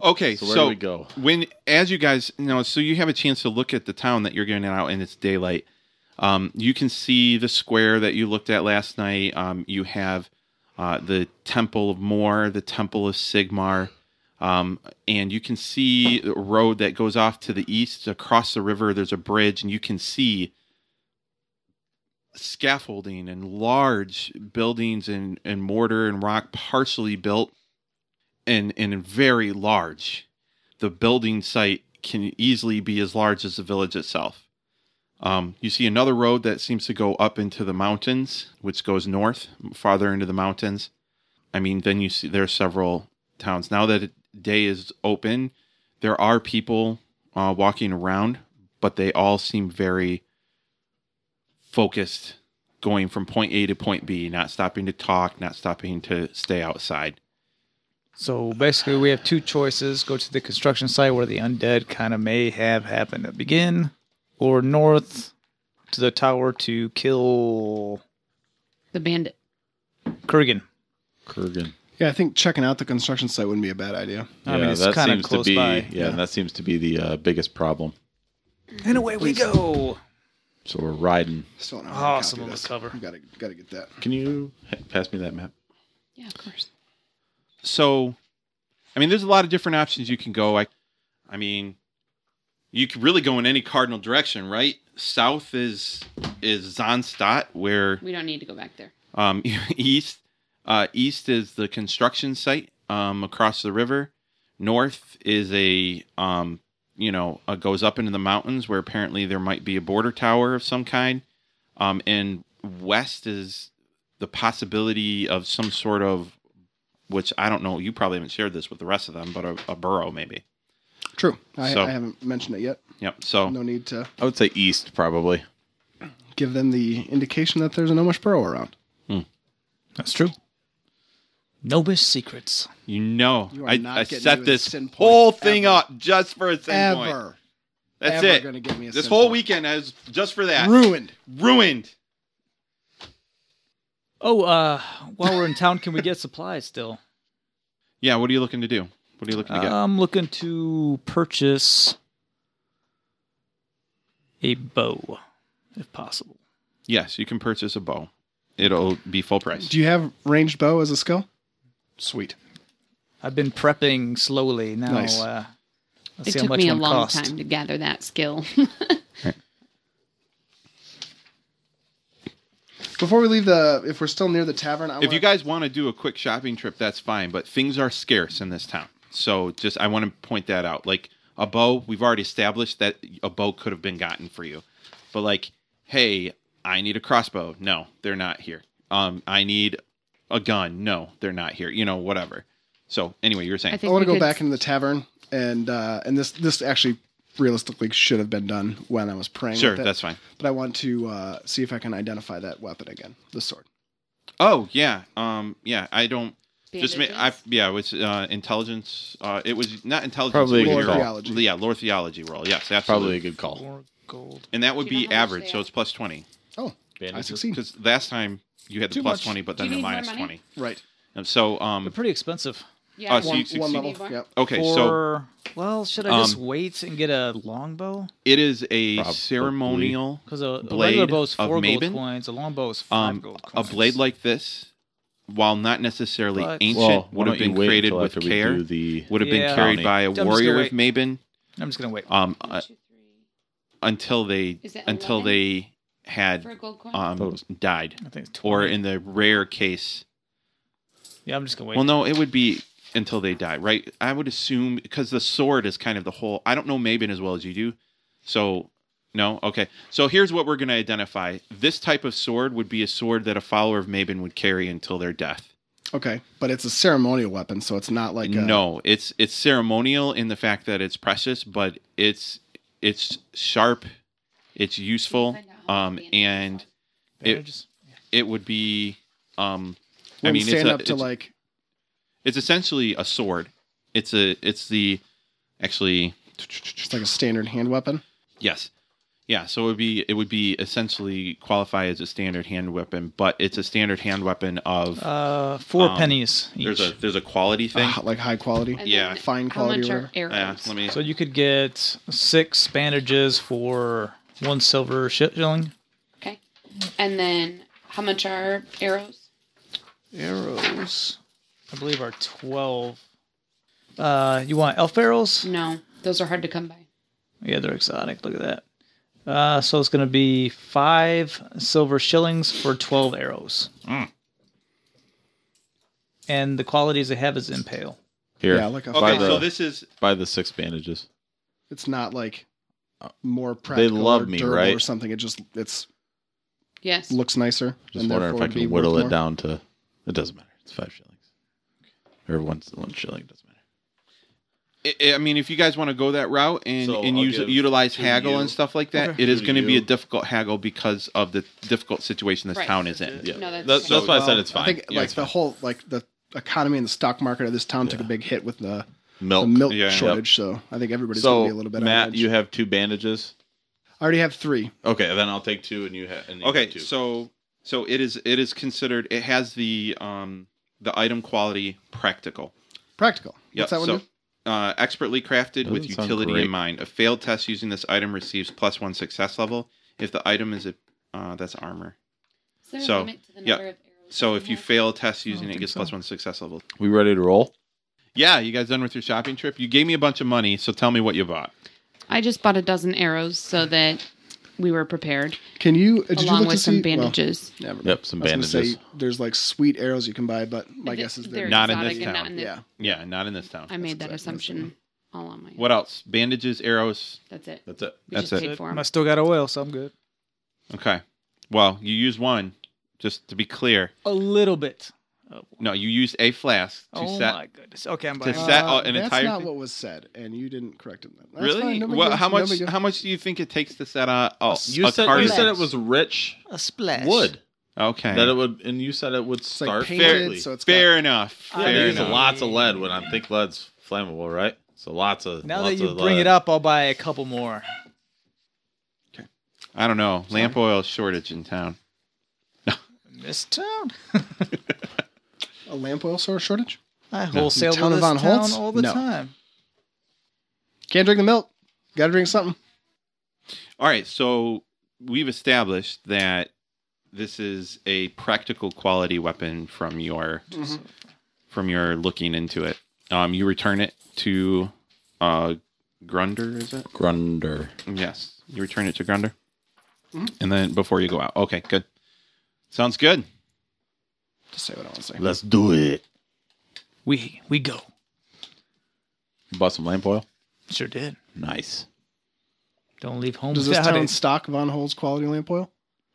Speaker 5: Okay,
Speaker 3: So
Speaker 5: so,
Speaker 3: where do we go?
Speaker 5: when as you guys know, so you have a chance to look at the town that you're going out in its daylight. Um, you can see the square that you looked at last night. Um, you have uh, the Temple of Mor, the Temple of Sigmar, um, and you can see a road that goes off to the east across the river. There's a bridge, and you can see scaffolding and large buildings and, and mortar and rock partially built and and very large. The building site can easily be as large as the village itself. Um, you see another road that seems to go up into the mountains, which goes north, farther into the mountains. I mean, then you see there are several towns. Now that day is open, there are people uh, walking around, but they all seem very focused, going from point A to point B, not stopping to talk, not stopping to stay outside.
Speaker 4: So basically, we have two choices: go to the construction site where the undead kind of may have happened to begin, or north to the tower to kill
Speaker 6: The bandit.
Speaker 4: Kurgan.
Speaker 3: Kurgan.
Speaker 1: Yeah, I think checking out the construction site wouldn't be a bad idea.
Speaker 4: I mean, it's kinda close
Speaker 3: to be.
Speaker 4: by.
Speaker 3: Yeah, that seems to be the uh, biggest problem.
Speaker 4: And away we go.
Speaker 3: So we're riding.
Speaker 1: Still don't know
Speaker 4: Oh,
Speaker 1: how to copy
Speaker 4: someone
Speaker 1: this.
Speaker 4: must cover.
Speaker 1: We gotta gotta get that.
Speaker 3: Can you h- pass me that map?
Speaker 6: Yeah, of course.
Speaker 5: so i mean there's a lot of different options you can go i i mean you could really go in any cardinal direction right south is is zonstadt where
Speaker 6: We don't need to go back there.
Speaker 5: um (laughs) east uh east is the construction site um across the river north is a um you know uh, goes up into the mountains where apparently there might be a border tower of some kind um and west is the possibility of some sort of which I don't know. You probably haven't shared this with the rest of them, but a, a burrow maybe.
Speaker 1: True. I,
Speaker 5: So-
Speaker 1: I haven't mentioned it yet.
Speaker 5: Yep. So
Speaker 1: No need to
Speaker 3: I would say east, probably.
Speaker 1: give them the indication that there's an Amish burrow around.
Speaker 4: That's true. Nobish secrets.
Speaker 5: you know,
Speaker 1: You are
Speaker 5: I,
Speaker 1: not
Speaker 5: I
Speaker 1: getting you a
Speaker 5: set this
Speaker 1: sin point
Speaker 5: whole thing
Speaker 1: ever.
Speaker 5: up just for a sin point.
Speaker 1: Ever.
Speaker 5: That's
Speaker 1: ever
Speaker 5: it.
Speaker 1: gonna get me a
Speaker 5: this
Speaker 1: sin
Speaker 5: whole
Speaker 1: point.
Speaker 5: weekend is just for that.
Speaker 1: Ruined.
Speaker 5: Ruined.
Speaker 4: Oh, uh, while we're in town, can we get supplies still?
Speaker 5: Yeah. What are you looking to do? What are you looking to get?
Speaker 6: Uh,
Speaker 4: I'm looking to purchase a bow, if possible.
Speaker 5: yes, you can purchase a bow. It'll be full price.
Speaker 1: Do you have ranged bow as a skill? Sweet.
Speaker 4: I've been prepping slowly now.
Speaker 1: Nice.
Speaker 4: Uh, let's
Speaker 6: It
Speaker 4: see how
Speaker 6: took
Speaker 4: much
Speaker 6: me a
Speaker 4: one
Speaker 6: long
Speaker 4: cost.
Speaker 6: time to gather that
Speaker 4: (laughs)
Speaker 6: skill.
Speaker 1: Before we leave the, if we're still near the tavern, I
Speaker 5: if
Speaker 1: wanna-
Speaker 5: you guys want to do a quick shopping trip, that's fine. But things are scarce in this town, so just I want to point that out. Like a bow, we've already established that a bow could have been gotten for you, but like, hey, I need a crossbow. No, they're not here. Um, I need a gun. No, they're not here. You know, whatever. So anyway, you were saying.
Speaker 6: I
Speaker 1: I
Speaker 6: think
Speaker 1: want to
Speaker 6: we
Speaker 1: go
Speaker 6: could-
Speaker 1: back into the tavern and uh, and this this actually realistically should have been done when I was praying.
Speaker 5: Sure,
Speaker 1: with it.
Speaker 5: that's fine.
Speaker 1: But I want to uh, see if I can identify that weapon again. The sword.
Speaker 5: Oh yeah, um, yeah. I don't just ma-
Speaker 6: Bandages?
Speaker 5: I yeah. It was uh, intelligence. Uh, it was not intelligence.
Speaker 3: Probably
Speaker 5: it was
Speaker 3: a good
Speaker 5: your-
Speaker 3: call.
Speaker 1: Theology.
Speaker 5: Yeah, lore theology roll. Yes,
Speaker 3: Probably
Speaker 5: absolutely.
Speaker 3: a good call.
Speaker 4: Or gold.
Speaker 5: And that would
Speaker 6: Do you
Speaker 5: be
Speaker 6: know how much
Speaker 5: average,
Speaker 6: they
Speaker 5: so
Speaker 6: are?
Speaker 5: it's plus twenty.
Speaker 1: Oh, I
Speaker 3: Bandages?
Speaker 1: succeed.
Speaker 5: Because last time you had the
Speaker 1: Too
Speaker 5: plus
Speaker 1: much.
Speaker 5: twenty, but
Speaker 6: Do
Speaker 5: then
Speaker 6: you
Speaker 5: the
Speaker 6: need more
Speaker 5: minus
Speaker 6: money?
Speaker 5: twenty.
Speaker 1: Right.
Speaker 5: And so
Speaker 4: They're
Speaker 5: um,
Speaker 4: pretty expensive.
Speaker 6: Yeah.
Speaker 5: Oh, so
Speaker 1: One,
Speaker 5: you
Speaker 1: one
Speaker 5: succeed.
Speaker 1: level. Yep.
Speaker 5: okay, so
Speaker 4: For, well, should I just
Speaker 5: Um,
Speaker 4: wait and get a longbow?
Speaker 5: it is a
Speaker 3: Probably.
Speaker 5: ceremonial
Speaker 4: Because a, a regular
Speaker 5: Blade
Speaker 4: bow is
Speaker 5: of
Speaker 4: four gold
Speaker 5: Maven?
Speaker 4: coins. A longbow is five
Speaker 5: um,
Speaker 4: gold
Speaker 5: a
Speaker 4: coins.
Speaker 5: blade like this. While not necessarily
Speaker 4: But-
Speaker 5: ancient,
Speaker 3: Well, why
Speaker 5: would have
Speaker 3: don't you
Speaker 5: been
Speaker 3: wait
Speaker 5: created
Speaker 3: until
Speaker 5: with
Speaker 3: after we
Speaker 5: care.
Speaker 3: do the-
Speaker 5: Would have
Speaker 4: Yeah.
Speaker 5: been carried by a
Speaker 4: I'm just gonna
Speaker 5: warrior of
Speaker 4: wait.
Speaker 5: Maven.
Speaker 4: I'm just gonna wait.
Speaker 5: Um,
Speaker 6: One,
Speaker 5: uh,
Speaker 6: two, three.
Speaker 5: until they
Speaker 6: Is it
Speaker 5: until
Speaker 6: 11?
Speaker 5: they
Speaker 6: For a
Speaker 5: had
Speaker 6: gold coin?
Speaker 3: thought it
Speaker 5: um
Speaker 3: was-
Speaker 5: died,
Speaker 4: I think it's twenty.
Speaker 5: or in the rare case,
Speaker 4: yeah, I'm just gonna wait.
Speaker 5: well, no, it would be until they die, right? I would assume because the sword is kind of the whole. I don't know Mabin as well as you do, so no, okay. So here's what we're going to identify: this type of sword would be a sword that a follower of Mabin would carry until their death.
Speaker 1: Okay, but it's a ceremonial weapon, so it's not like a,
Speaker 5: no, it's it's ceremonial in the fact that it's precious, but it's it's sharp, it's useful,
Speaker 6: Find out how much
Speaker 5: um,
Speaker 6: bandages
Speaker 5: and
Speaker 6: cost.
Speaker 4: Better
Speaker 5: it-
Speaker 4: just-
Speaker 5: it would be um
Speaker 1: When
Speaker 5: I mean it's,
Speaker 1: stand
Speaker 5: a-
Speaker 1: up to
Speaker 5: it's-
Speaker 1: like
Speaker 5: it's essentially a sword. It's a it's the actually
Speaker 1: just like a standard hand weapon.
Speaker 5: yes. Yeah, so it would be it would be essentially qualify as a standard hand weapon, but it's a standard hand weapon of
Speaker 4: Uh, four
Speaker 5: Um,
Speaker 4: pennies each.
Speaker 5: there's a there's a quality thing.
Speaker 1: Uh, like high quality.
Speaker 6: And
Speaker 5: yeah.
Speaker 6: then
Speaker 1: Fine quality
Speaker 6: How much
Speaker 1: or
Speaker 6: are
Speaker 1: whatever.
Speaker 6: arrows?
Speaker 5: yeah, let me
Speaker 4: so you could get six bandages for one silver shilling.
Speaker 6: Okay. And then how much are arrows?
Speaker 4: Arrows, I believe, are twelve. Uh, you want elf arrows?
Speaker 6: No, those are hard to come by.
Speaker 4: Yeah, they're exotic. Look at that. Uh, so it's gonna be five silver shillings for twelve arrows.
Speaker 5: Mm.
Speaker 4: And the qualities they have is impale.
Speaker 3: Here,
Speaker 1: Yeah, like a
Speaker 5: Okay,
Speaker 3: By
Speaker 5: so
Speaker 3: the-
Speaker 5: this is
Speaker 3: buy the six bandages.
Speaker 1: It's not like more practical
Speaker 3: Uh, love
Speaker 1: or
Speaker 3: me,
Speaker 1: durable
Speaker 3: right?
Speaker 1: or something. It just it's
Speaker 6: Yes.
Speaker 1: looks nicer.
Speaker 3: Just
Speaker 1: and
Speaker 3: wondering if
Speaker 1: therefore
Speaker 3: I
Speaker 1: would be
Speaker 3: can
Speaker 1: worth
Speaker 3: whittle it
Speaker 1: more.
Speaker 3: down to. It doesn't matter. It's five shillings, or one one shilling. Doesn't matter.
Speaker 5: I- I I mean, if you guys want to go that route and,
Speaker 3: So
Speaker 5: and
Speaker 3: I'll
Speaker 5: use,
Speaker 3: give
Speaker 5: utilize
Speaker 3: to
Speaker 5: haggle
Speaker 3: you-
Speaker 5: and stuff like that,
Speaker 3: Okay.
Speaker 5: it is
Speaker 3: To
Speaker 5: going to be
Speaker 3: you.
Speaker 5: a difficult haggle because of the difficult situation this
Speaker 6: Right.
Speaker 5: town is in.
Speaker 3: Yeah,
Speaker 6: No, that's
Speaker 3: that's,
Speaker 6: okay.
Speaker 3: that's why I said
Speaker 1: Well,
Speaker 3: it's fine.
Speaker 1: I think
Speaker 3: Yeah,
Speaker 1: like
Speaker 3: it's
Speaker 1: the
Speaker 3: fine.
Speaker 1: whole like the economy and the stock market of this town took a big hit with the, the
Speaker 3: milk.
Speaker 1: milk
Speaker 5: Yeah.
Speaker 1: shortage. So I think everybody's
Speaker 3: So
Speaker 1: gonna be a little bit. on
Speaker 3: Matt,
Speaker 1: edge.
Speaker 3: you have two bandages.
Speaker 1: I already have three.
Speaker 3: Okay, then I'll take two, and you have. And you
Speaker 5: okay
Speaker 3: have two.
Speaker 5: so so it is it is considered it has the um the item quality practical
Speaker 1: Practical.
Speaker 5: Yep,
Speaker 1: What's that
Speaker 5: so
Speaker 1: one? do?
Speaker 5: uh, expertly crafted with
Speaker 3: Doesn't sound
Speaker 5: utility
Speaker 3: great.
Speaker 5: in mind a failed test using this item receives plus one success level if the item is a uh, that's armor
Speaker 6: Is there a
Speaker 5: so,
Speaker 6: limit to the
Speaker 5: yeah.
Speaker 6: number of arrows
Speaker 5: so if you
Speaker 6: have?
Speaker 5: fail a test using
Speaker 4: don't
Speaker 5: it, it
Speaker 4: think
Speaker 5: gets
Speaker 4: so.
Speaker 5: plus one success level
Speaker 3: we ready to roll?
Speaker 5: yeah you guys done with your shopping trip you gave me a bunch of money so tell me what you bought
Speaker 6: I just bought a dozen arrows
Speaker 5: Mm-hmm.
Speaker 6: so that we were prepared,
Speaker 1: Can you uh, did you
Speaker 6: along
Speaker 1: look
Speaker 6: with
Speaker 1: to
Speaker 6: some
Speaker 1: see- well,
Speaker 6: bandages.
Speaker 1: never mind.
Speaker 3: Yep,
Speaker 1: I
Speaker 3: some
Speaker 1: was gonna
Speaker 3: bandages.
Speaker 1: say there's like sweet arrows you can buy, but my
Speaker 6: Th-
Speaker 1: guess is they're,
Speaker 6: they're
Speaker 5: Not in
Speaker 6: exotic
Speaker 5: this
Speaker 6: and
Speaker 5: town.
Speaker 6: the-
Speaker 1: yeah.
Speaker 5: yeah not in this town
Speaker 6: I made
Speaker 1: That's
Speaker 6: that
Speaker 1: exactly-
Speaker 6: assumption all on my own.
Speaker 5: what else bandages arrows
Speaker 6: That's it.
Speaker 3: That's it.
Speaker 6: We
Speaker 5: That's
Speaker 6: just
Speaker 5: it.
Speaker 6: paid for them.
Speaker 4: I still got oil, so I'm good.
Speaker 5: okay well you use one just to be clear
Speaker 4: A little bit.
Speaker 5: no you used a flask to
Speaker 4: Oh
Speaker 5: set
Speaker 4: my goodness. Okay, I'm
Speaker 5: to
Speaker 4: buying.
Speaker 1: Uh,
Speaker 5: set uh, an
Speaker 1: that's
Speaker 5: entire
Speaker 1: not
Speaker 5: thing?
Speaker 1: what was said, and you didn't correct him. Then. That's
Speaker 5: Really?
Speaker 1: fine, no big
Speaker 5: well,
Speaker 1: deal,
Speaker 5: how
Speaker 1: no
Speaker 5: much?
Speaker 1: big deal.
Speaker 5: how much do you think it takes to set a? Oh,
Speaker 3: You
Speaker 5: a
Speaker 3: said you
Speaker 5: carpet?
Speaker 3: said it was rich
Speaker 4: a splash.
Speaker 3: wood
Speaker 5: okay.
Speaker 3: that it would, and you said it would
Speaker 1: It's
Speaker 3: start
Speaker 1: like
Speaker 5: fairly.
Speaker 1: painted, so it's
Speaker 5: Fair enough.
Speaker 4: I
Speaker 3: Yeah,
Speaker 5: Fair
Speaker 3: they use
Speaker 5: enough.
Speaker 3: lots of lead when I think lead's flammable, right? So lots of.
Speaker 4: Now
Speaker 3: lots
Speaker 4: that you
Speaker 3: of
Speaker 4: bring
Speaker 3: lead.
Speaker 4: it up, I'll buy a couple more.
Speaker 5: I don't know. Lamp oil shortage in town.
Speaker 4: In This town,
Speaker 1: got a lamp oil source shortage.
Speaker 4: I wholesale
Speaker 1: Town
Speaker 4: to
Speaker 1: of
Speaker 4: this
Speaker 1: Von
Speaker 4: town
Speaker 1: Holtz?
Speaker 4: all the
Speaker 1: No.
Speaker 4: time.
Speaker 1: Can't drink the milk. Got to drink something.
Speaker 5: All right. So we've established that this is a practical quality weapon from your
Speaker 1: Mm-hmm.
Speaker 5: from your looking into it. Um, you return it to uh, Grunder, is it?
Speaker 3: Grunder.
Speaker 5: Yes, you return it to Grunder,
Speaker 1: Mm-hmm.
Speaker 5: and then before you go out. Okay, good. Sounds good.
Speaker 1: Just say what I want to say.
Speaker 3: Let's do it.
Speaker 4: We we go.
Speaker 3: Bought some lamp oil.
Speaker 4: Sure did.
Speaker 3: Nice.
Speaker 4: Don't leave home
Speaker 1: Does this
Speaker 4: without
Speaker 1: town
Speaker 4: it.
Speaker 1: stock Von Holt's quality lamp oil?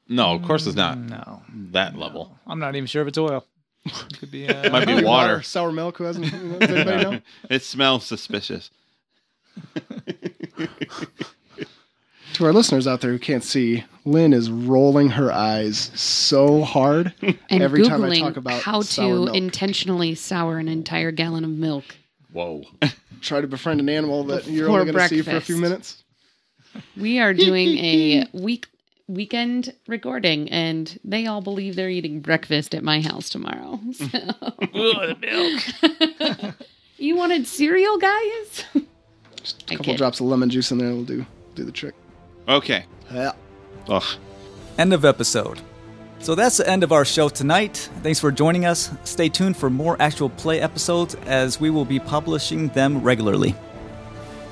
Speaker 3: No, of course it's not
Speaker 4: No,
Speaker 3: that level.
Speaker 4: I'm not even sure if it's oil. It could be. Uh,
Speaker 3: Might be
Speaker 1: Probably
Speaker 3: water.
Speaker 1: sour milk. Who hasn't? Does anybody know?
Speaker 5: It smells suspicious.
Speaker 1: To our listeners out there who can't see, Lynn is rolling her eyes so hard
Speaker 6: And
Speaker 1: every
Speaker 6: Googling
Speaker 1: time I talk about
Speaker 6: how
Speaker 1: sour
Speaker 6: to
Speaker 1: milk.
Speaker 6: intentionally sour an entire gallon of milk.
Speaker 3: Whoa.
Speaker 1: Try to befriend an animal that you're
Speaker 6: Before
Speaker 1: only going to see for a
Speaker 6: breakfast.
Speaker 1: few minutes. (laughs)
Speaker 6: We are doing a week weekend recording, and they all believe they're eating breakfast at my house tomorrow. (laughs) So.
Speaker 4: Ugh, the milk.
Speaker 6: (laughs) you wanted cereal, guys?
Speaker 1: Just
Speaker 6: I
Speaker 1: a couple
Speaker 6: kid.
Speaker 1: drops of lemon juice in there will do do the trick.
Speaker 5: Okay.
Speaker 1: Yeah.
Speaker 5: Ugh.
Speaker 7: End of episode. So that's the end of our show tonight. Thanks for joining us. Stay tuned for more actual play episodes as we will be publishing them regularly.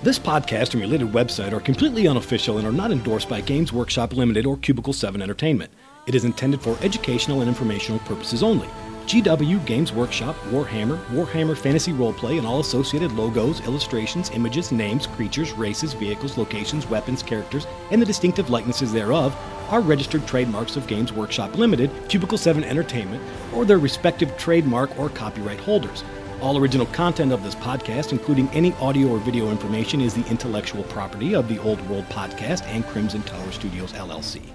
Speaker 8: This podcast and related website are completely unofficial and are not endorsed by Games Workshop Limited or Cubicle 7 Entertainment. It is intended for educational and informational purposes only. GW, Games Workshop, Warhammer, Warhammer Fantasy Roleplay, and all associated logos, illustrations, images, names, creatures, races, vehicles, locations, weapons, characters, and the distinctive likenesses thereof are registered trademarks of Games Workshop Limited, Cubicle 7 Entertainment, or their respective trademark or copyright holders. All original content of this podcast, including any audio or video information, is the intellectual property of the Old World Podcast and Crimson Tower Studios LLC.